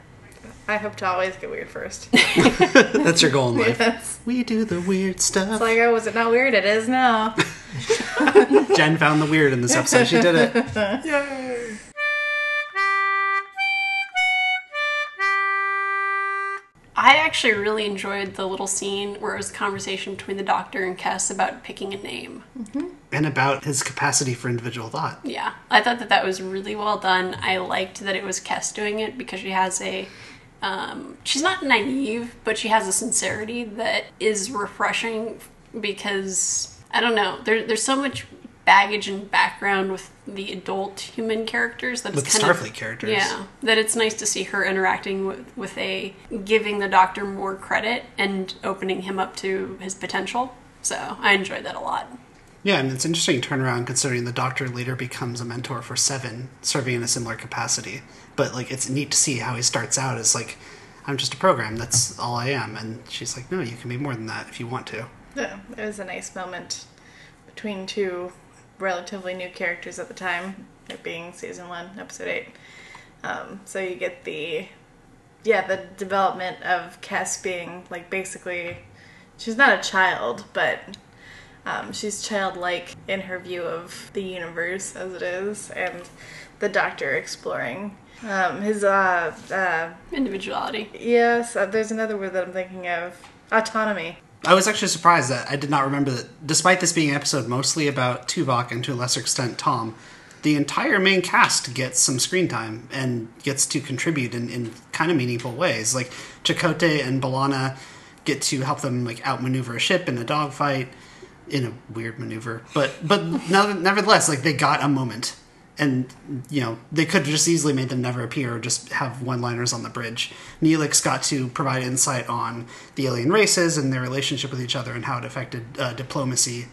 I hope to always get weird first. That's your goal in life. Yes. We do the weird stuff. It's like, oh, was it not weird? It is now. Jen found the weird in this episode. She did it. Yay. I actually really enjoyed the little scene where it was a conversation between the doctor and Kess about picking a name. And about his capacity for individual thought. Yeah, I thought that that was really well done. I liked that it was Kess doing it because she has a. Um, she's not naive, but she has a sincerity that is refreshing because, I don't know, there, there's so much baggage and background with the adult human characters that With it's the kind of. Starfleet characters. Yeah, that it's nice to see her interacting with, with a giving the doctor more credit and opening him up to his potential. So I enjoyed that a lot. Yeah, and it's interesting turnaround considering the doctor later becomes a mentor for Seven, serving in a similar capacity. But like, it's neat to see how he starts out as like, I'm just a program. That's all I am. And she's like, No, you can be more than that if you want to. Yeah, it was a nice moment between two relatively new characters at the time, it being season one, episode eight. Um, so you get the, yeah, the development of Cass being like basically, she's not a child, but um, she's childlike in her view of the universe as it is, and the Doctor exploring um, his uh, uh, Individuality. yes. Uh, there's another word that I'm thinking of, autonomy. I was actually surprised that I did not remember that, despite this being an episode mostly about Tuvok and to a lesser extent Tom, the entire main cast gets some screen time and gets to contribute in, in kind of meaningful ways. Like Chakotay and Balana get to help them like outmaneuver a ship in a dogfight in a weird maneuver, but but no- nevertheless, like they got a moment. And you know they could have just easily made them never appear, or just have one-liners on the bridge. Neelix got to provide insight on the alien races and their relationship with each other and how it affected uh, diplomacy.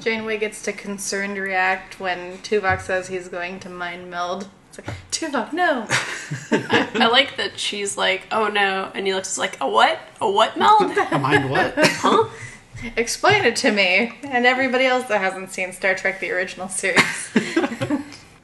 Janeway gets to concerned react when Tuvok says he's going to mind meld. It's like, Tuvok, no! I like that she's like, oh no, and Neelix is like, a what? A what meld? A mind what? Huh? Explain it to me! And everybody else that hasn't seen Star Trek the original series.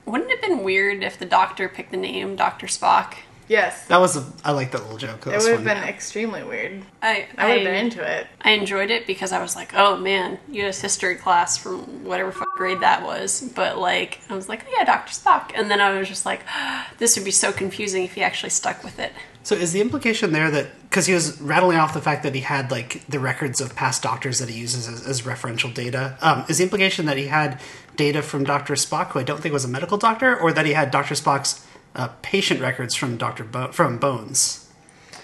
Wouldn't it have been weird if the doctor picked the name Dr. Spock? yes. That was a, I like that little joke. That It was would have fun. been extremely weird. I I would have been I, into it. I enjoyed it because I was like, oh man, US history class from whatever f- grade that was. But like, I was like, oh yeah, Dr. Spock. And then I was just like, "Ah, this would be so confusing if he actually stuck with it. So is the implication there that because he was rattling off the fact that he had like the records of past doctors that he uses as, as referential data? Um, is the implication that he had data from Doctor Spock, who I don't think was a medical doctor, or that he had Doctor Spock's uh, patient records from Doctor Bo- from Bones?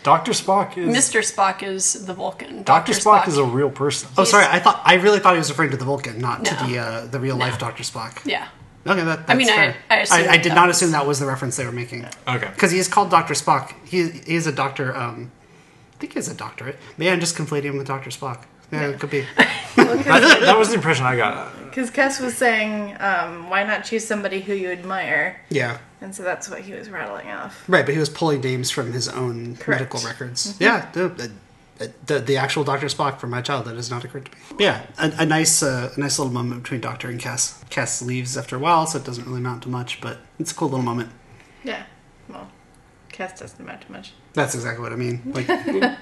Doctor Spock is Mr. Spock is the Vulcan. Doctor Spock, is a real person. Oh, sorry. I thought I really thought he was referring to the Vulcan, not to No. the uh, the real life Doctor Spock. Yeah. Okay, that, that's I mean, I- fair. I assumed I, did that not was- assume that was the reference they were making. Okay. Because he's called Dr. Spock. He, he is a doctor. Um, I think he has a doctorate. Maybe I'm just conflating him with Dr. Spock. Yeah, it could be. That, that was the impression I got. Because Cass was saying, um, why not choose somebody who you admire? Yeah. And so that's what he was rattling off. Right, but he was pulling names from his own Correct. medical records. Mm-hmm. Yeah, the, the- the, the actual Dr. Spock from my childhood has not occurred to me. Yeah, a, a nice uh, a nice little moment between Doctor and Cass. Cass leaves after a while, so it doesn't really amount to much, but it's a cool little moment. Yeah. Well, Cass doesn't amount to much. That's exactly what I mean. Like,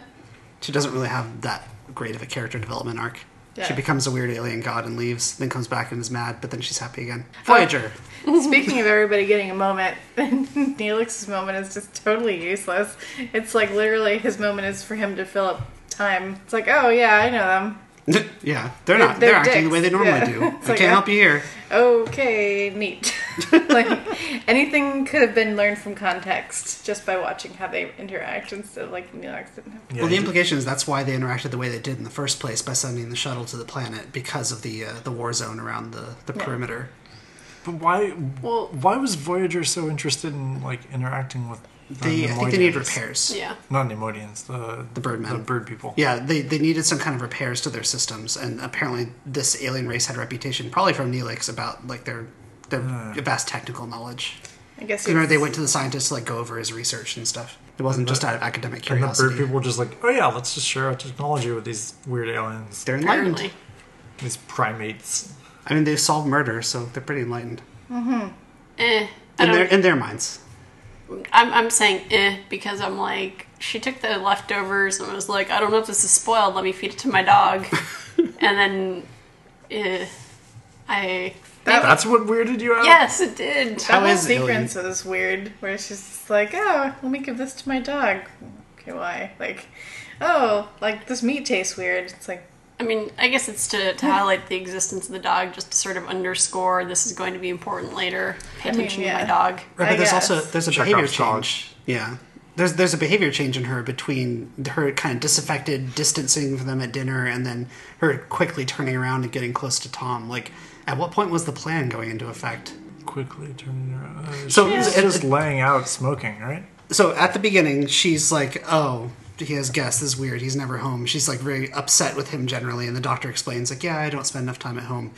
she doesn't really have that great of a character development arc. Yeah. She becomes a weird alien god and leaves, then comes back and is mad, but then she's happy again. Oh. Voyager. Speaking of everybody getting a moment, Neelix's moment is just totally useless. It's like literally his moment is for him to fill up time. It's like, oh yeah, I know them. yeah, they're They're- not. They're, they're acting the dicks. way they normally Yeah. do. I It's can't like, uh, help you here. Okay, neat. like anything could have been learned from context just by watching how they interact instead of like Neelix didn't have. Yeah, well, the he- implication is that's why they interacted the way they did in the first place by sending the shuttle to the planet because of the uh, the war zone around the, the Yeah. perimeter. But why? Well- why was Voyager so interested in like interacting with? The They, I think they need Neimoidians? repairs. Yeah. Not Neimoidians, the The birdmen. the bird people. Yeah, they, they needed some kind of repairs to their systems, and apparently this alien race had a reputation, probably from Neelix, about like their their Hmm. vast technical knowledge. I guess he You know, was- they went to the scientists to like go over his research and stuff. It wasn't just out of academic And the bird curiosity. people were just like, oh yeah, let's just share our technology with these weird aliens, They're enlightened. Apparently. these primates. I mean, they've solved murder, so they're pretty enlightened Eh. I in their don't, in their minds. I'm, I'm saying eh because I'm like, she took the leftovers and was like, I don't know if this is spoiled. Let me feed it to my dog. and then, eh. I. That- That's what weirded Oh. you out. Yes, it did. That How whole is it sequence was weird, where she's just like, "Oh, let me give this to my dog." Okay, why? Like, oh, like this meat tastes weird. It's like, I mean, I guess it's to, to highlight the existence of the dog, just to sort of underscore this is going to be important later. Pay I mean, attention yeah. to my dog. Right, I but there's guess. also there's a Chekhov's behavior dog. change. Yeah. There's there's a behavior change in her between her kind of disaffected distancing from them at dinner and then her quickly turning around and getting close to Tom. Like at what point was the plan going into effect? Quickly turning around. So- Uh, so she's Yeah. just laying out smoking, right? So at the beginning she's like, "Oh, he has guests. This is weird. He's never home." She's like very upset with him generally and the doctor explains like, "Yeah, I don't spend enough time at home."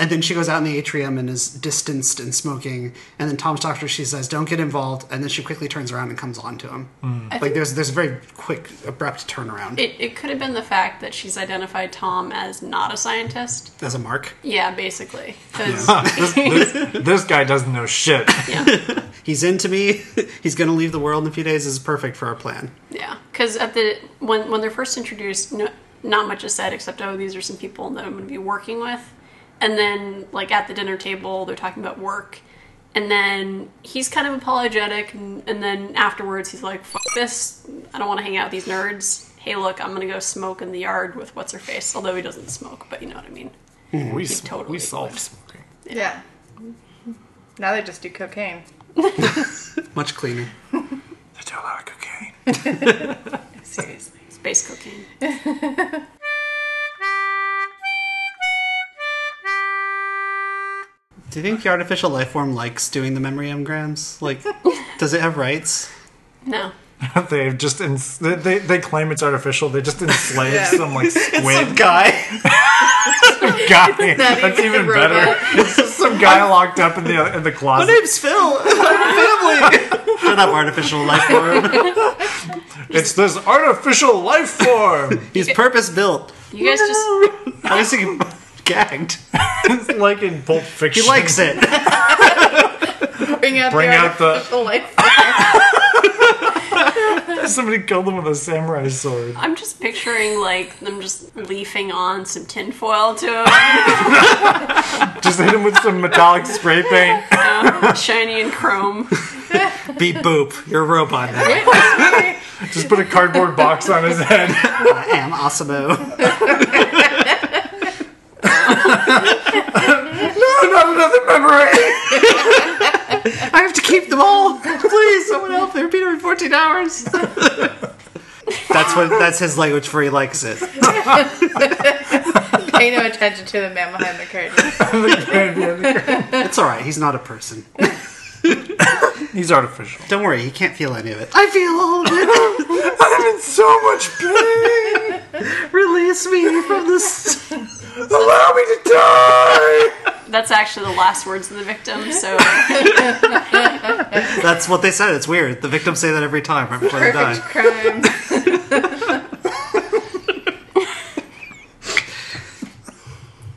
And then she goes out in the atrium and is distanced and smoking. And then Tom's doctor, she says, "Don't get involved." And then she quickly turns around and comes on to him. I like think there's there's a very quick abrupt turnaround it, it could have been the fact that she's identified Tom as not a scientist. as a mark Yeah, basically. 'Cause- this, this, this guy doesn't know shit. he's into me he's gonna leave the world in a few days This is perfect for our plan Yeah, because at the when when they're first introduced, no, not much is said except oh these are some people that I'm going to be working with, and then like at the dinner table they're talking about work, and then he's kind of apologetic, and, and then afterwards he's like fuck this, I don't want to hang out with these nerds. Hey, look, I'm going to go smoke in the yard with what's her face. Although he doesn't smoke, but you know what I mean. We sm- totally we solve would. smoking. yeah. Now they just do cocaine. much cleaner They do a lot of cocaine. Seriously. Space cocaine. do you think the artificial life form likes doing the memory grams? like does it have rights No, they just ins- they, they they claim it's artificial. They just enslave Yeah. some like squid guy guy. That's even a robot. better. It's just some guy locked up in the in the closet. name's phil family shut up artificial life form It's this artificial life form. he's purpose built you guys just i was thinking gagged it's like in Pulp Fiction. he likes it Bring out Bring the out the- artificial life. Somebody killed him with a samurai sword. I'm just picturing like them just leafing on some tinfoil to him. Just hit him with some metallic spray paint. shiny and chrome. beep boop you're a robot now Just put a cardboard box on his head. i am awesome no, not another memory. I have to keep them all. Please, someone help. They're beating in 14 hours. that's what that's his language for he likes it. Pay no attention to the man behind the curtain. It's all right. He's not a person. He's artificial. Don't worry. He can't feel any of it. I feel all of it. I'm in so much pain. Release me from this. Allow me to die. That's actually the last words of the victim. So That's what they said. It's weird. The victims say that every time right before they Perfect die. crime.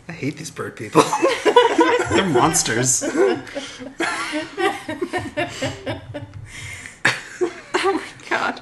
I hate these bird people. They're monsters. God,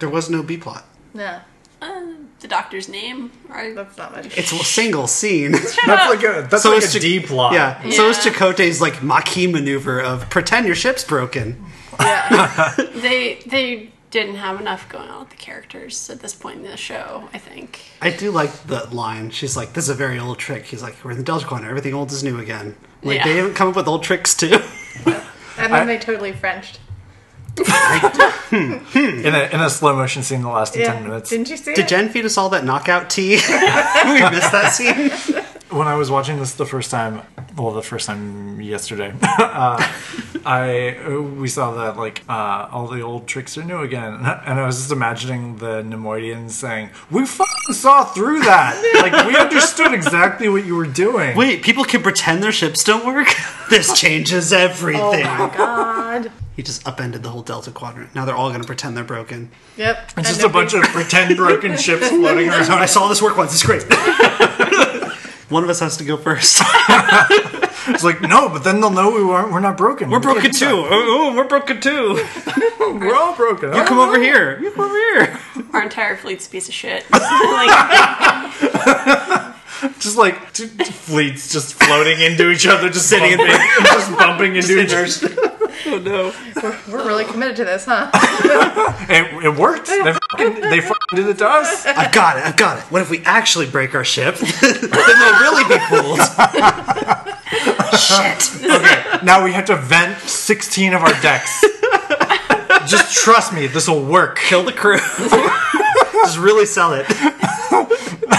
There was no B plot. No, uh, the doctor's name. Right? that's not much. It's a single scene. That's like a that's So like it's a ju- D plot. Yeah. So it's Yeah. Chakotay's like Maquis maneuver of pretend your ship's broken. Yeah. They they didn't have enough going on with the characters at this point in the show. I think. I do like that line. She's like, "This is a very old trick." He's like, "We're in the Delta Quadrant. Everything old is new again." Like Yeah. they haven't come up with old tricks too. And then they totally Frenched. In a in a slow motion scene that lasted Yeah. ten minutes. Didn't you see Did it? Jen feed us all that knockout tea? we missed that scene. when I was watching this the first time, well, the first time yesterday, uh, I we saw that like uh, all the old tricks are new again, and I was just imagining the Nemoidians saying, "We fucking saw through that. like we understood exactly what you were doing." Wait, people can pretend their ships don't work. This changes oh everything. my god. he just upended the whole Delta Quadrant. Now they're all going to pretend they're broken. Yep. It's just a bunch of pretend broken ships floating around. No, I saw this work once. It's great. One of us has to go first. It's like no, but then they'll know we weren't. We're not broken. We're broken too. Oh, oh, we're broken too. We're all broken. Come over here. You come over here. Our entire fleet's a piece of shit. like, just like t- t- fleets just floating into each other, just sitting bumping, just bumping into each other. Oh no. We're really committed to this, huh? It, it worked. They fucking, they fucking did it to us. I've got it. I've got it. What if we actually break our ship? then they'll really be fooled. Shit. Now we have to vent 16 of our decks. Just trust me, this will work. Kill the crew. Just really sell it.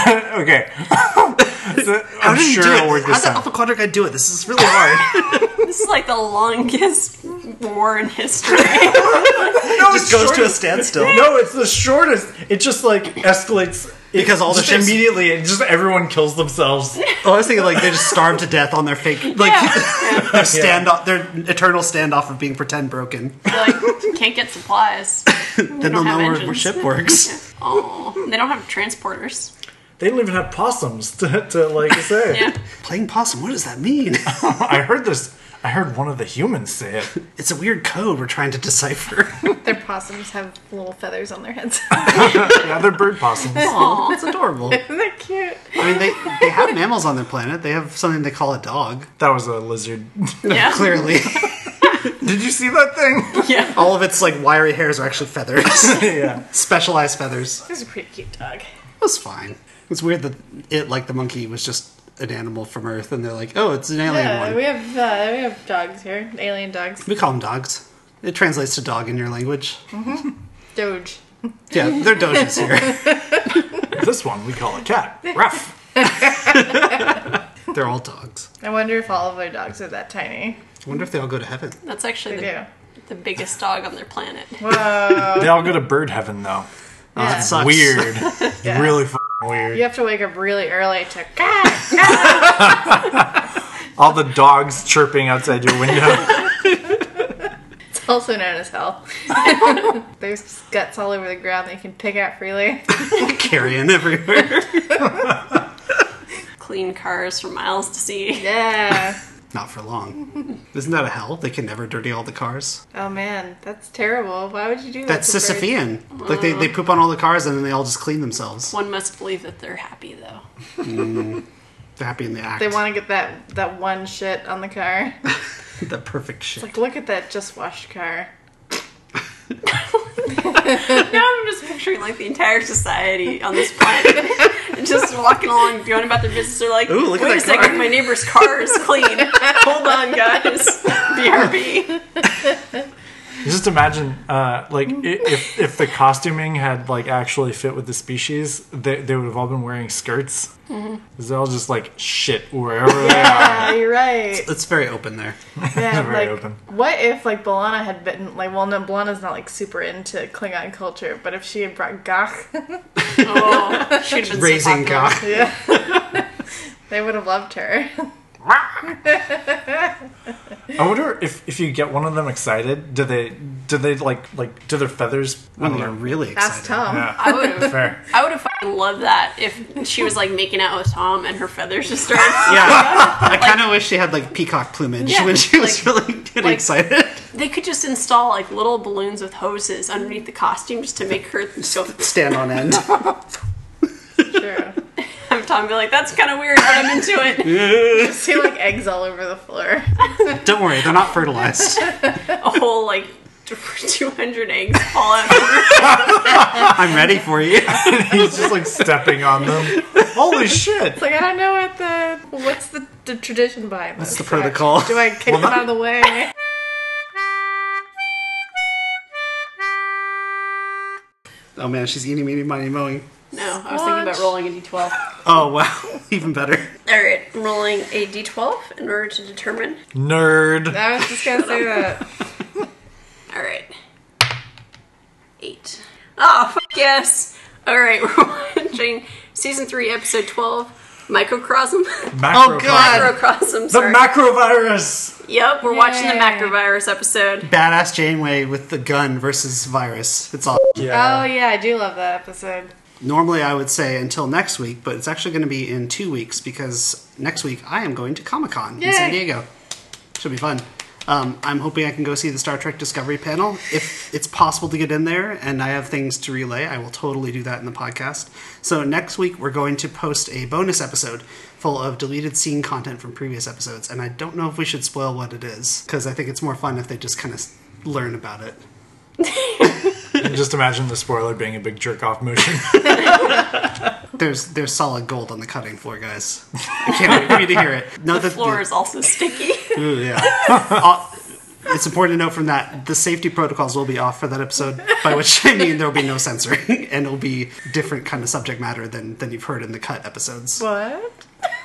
Okay. So, I'm did he sure do it'll work How this did time. Alpha Quadrant guy do it? This is really hard. this is like the longest war in history. No, Just goes to a standstill. No, it's the shortest. It just like escalates Because all the just ships- immediately, and just everyone kills themselves. Oh, I was thinking like they just starved to death on their fake, like their standoff, their eternal standoff of being pretend broken. like, can't get supplies. Then they'll have know where, where engines. ship works. Oh, they don't have transporters. They don't even have possums to, to like say. Yeah. Playing possum. What does that mean? I heard this. I heard one of the humans say it. It's a weird code we're trying to decipher. Their possums have little feathers on their heads. Yeah, they're bird possums. Aw. It's adorable. Isn't that cute? I mean, they, they have mammals on their planet. They have something they call a dog. That was a lizard. Yeah. Clearly, Did you see that thing? Yeah. all of its like wiry hairs are actually feathers, yeah. specialized feathers. It This is a pretty cute dog. was fine. It's weird that it, like the monkey, was just an animal from Earth, and they're like, oh, it's an alien Yeah, one. we We... have uh, we have dogs here, alien dogs. call them dogs. It translates to dog in your language. Doge. Yeah, they're doges here. This one we call a cat. Ruff. they're all dogs. I wonder if all of our dogs are that tiny. I wonder if they all go to heaven. That's actually They the, do. the biggest dog on their planet. Whoa. They all go to bird heaven though. Oh, that Yeah. sucks. Weird. Yeah. Really f- weird. You have to wake up really early to. All the dogs chirping outside your window. It's also known as hell. There's guts all over the ground that you can pick out freely. Carrion everywhere. Clean cars for miles to see. Yeah. Not for long. Isn't that a hell? They can never dirty all the cars. Oh man, that's terrible. Why would you do that? That's to birds? Sisyphean. Like they, they poop on all the cars and then they all just clean themselves. One must believe that they're happy, though. They're happy in the act. They want to get that that one shit on the car. the perfect shit. Like, look at that just washed car. Now I'm just picturing like the entire society on this planet just walking along, going about their business. They're like, Ooh, look at wait a that car." second, my neighbor's car is clean. Hold on, guys. BRB. Just just imagine, uh, like, i- if, if the costuming had, like, actually fit with the species, they, they would have all been wearing skirts. Because they're all just, like, shit wherever they are. Yeah, Ah, you're right. Uh, It's very open there. Yeah, Very like, open. what if like Bolana had bitten like well no Bolana's not like super into Klingon culture, but if she had brought Gach, Oh, should have been Raising so popular. God. yeah. they would have loved her. I wonder if, if you get one of them excited, do they, do they, like, like, do their feathers... I When don't they're know. really excited. That's Tom. Yeah, I would have. fair. I would have fucking loved that if she was like making out with Tom and her feathers just started. Yeah, I kind of wish she had like peacock plumage Yeah, when she was really getting like- excited. They could just install like little balloons with hoses underneath the costume just to make her go. Stand on end. True. Have Tom be like, "That's kind of weird, but I'm into it." See like eggs all over the floor. Don't worry, they're not fertilized. A whole like 200 eggs fall out. I'm ready for you. He's just, like, stepping on them. Holy shit! It's like I don't know what the what's the, the tradition behind this. That's the protocol. Do I kick them out of the way? Oh man, she's eating, meaty, miny, mowing. No, I was thinking about What? rolling a d12. Oh wow, even better. All right, I'm rolling a d12 in order to determine. Nerd. I was just gonna say that. All right, eight. Oh fuck yes! All right, we're watching season three, episode 12, microcosm. Macro Oh, God. Macrocosm. The Sorry. macrovirus! yep, we're watching the Yay. macrovirus episode. Badass Janeway with the gun versus virus. It's all. Oh yeah, I do love that episode. Normally, I would say until next week, but it's actually going to be in two weeks because next week I am going to Comic Con in San Yay. Diego. Should be fun. Um, I'm hoping I can go see the Star Trek Discovery panel. If it's possible to get in there and I have things to relay, I will totally do that in the podcast. So, next week we're going to post a bonus episode full of deleted scene content from previous episodes. And I don't know if we should spoil what it is because I think it's more fun if they just kind of learn about it. And just imagine the spoiler being a big jerk off motion. There's there's solid gold on the cutting floor, guys. I can't wait for you to hear it. No, the, Floor is also sticky. Ooh, yeah. Uh, it's important to note from that the safety protocols will be off for that episode, by which I mean there will be no censoring and it'll be different kind of subject matter than than you've heard in the cut episodes. What?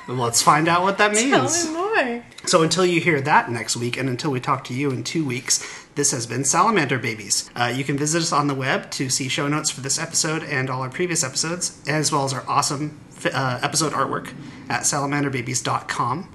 Let's find out what that Tell means. me more. So until you hear that next week, and until we talk to you in two weeks, this has been Salamander Babies. Uh, you can visit us on the web to see show notes for this episode and all our previous episodes, as well as our awesome fi- uh, episode artwork at salamanderbabies.com.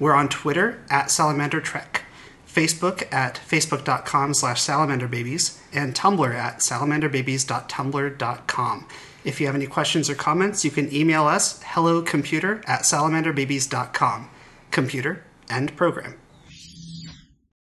We're on Twitter at salamandertrek, Facebook at facebook.com slash salamanderbabies, and Tumblr at salamanderbabies.tumblr.com. If you have any questions or comments, you can email us hellocomputer at salamanderbabies.com computer, and program.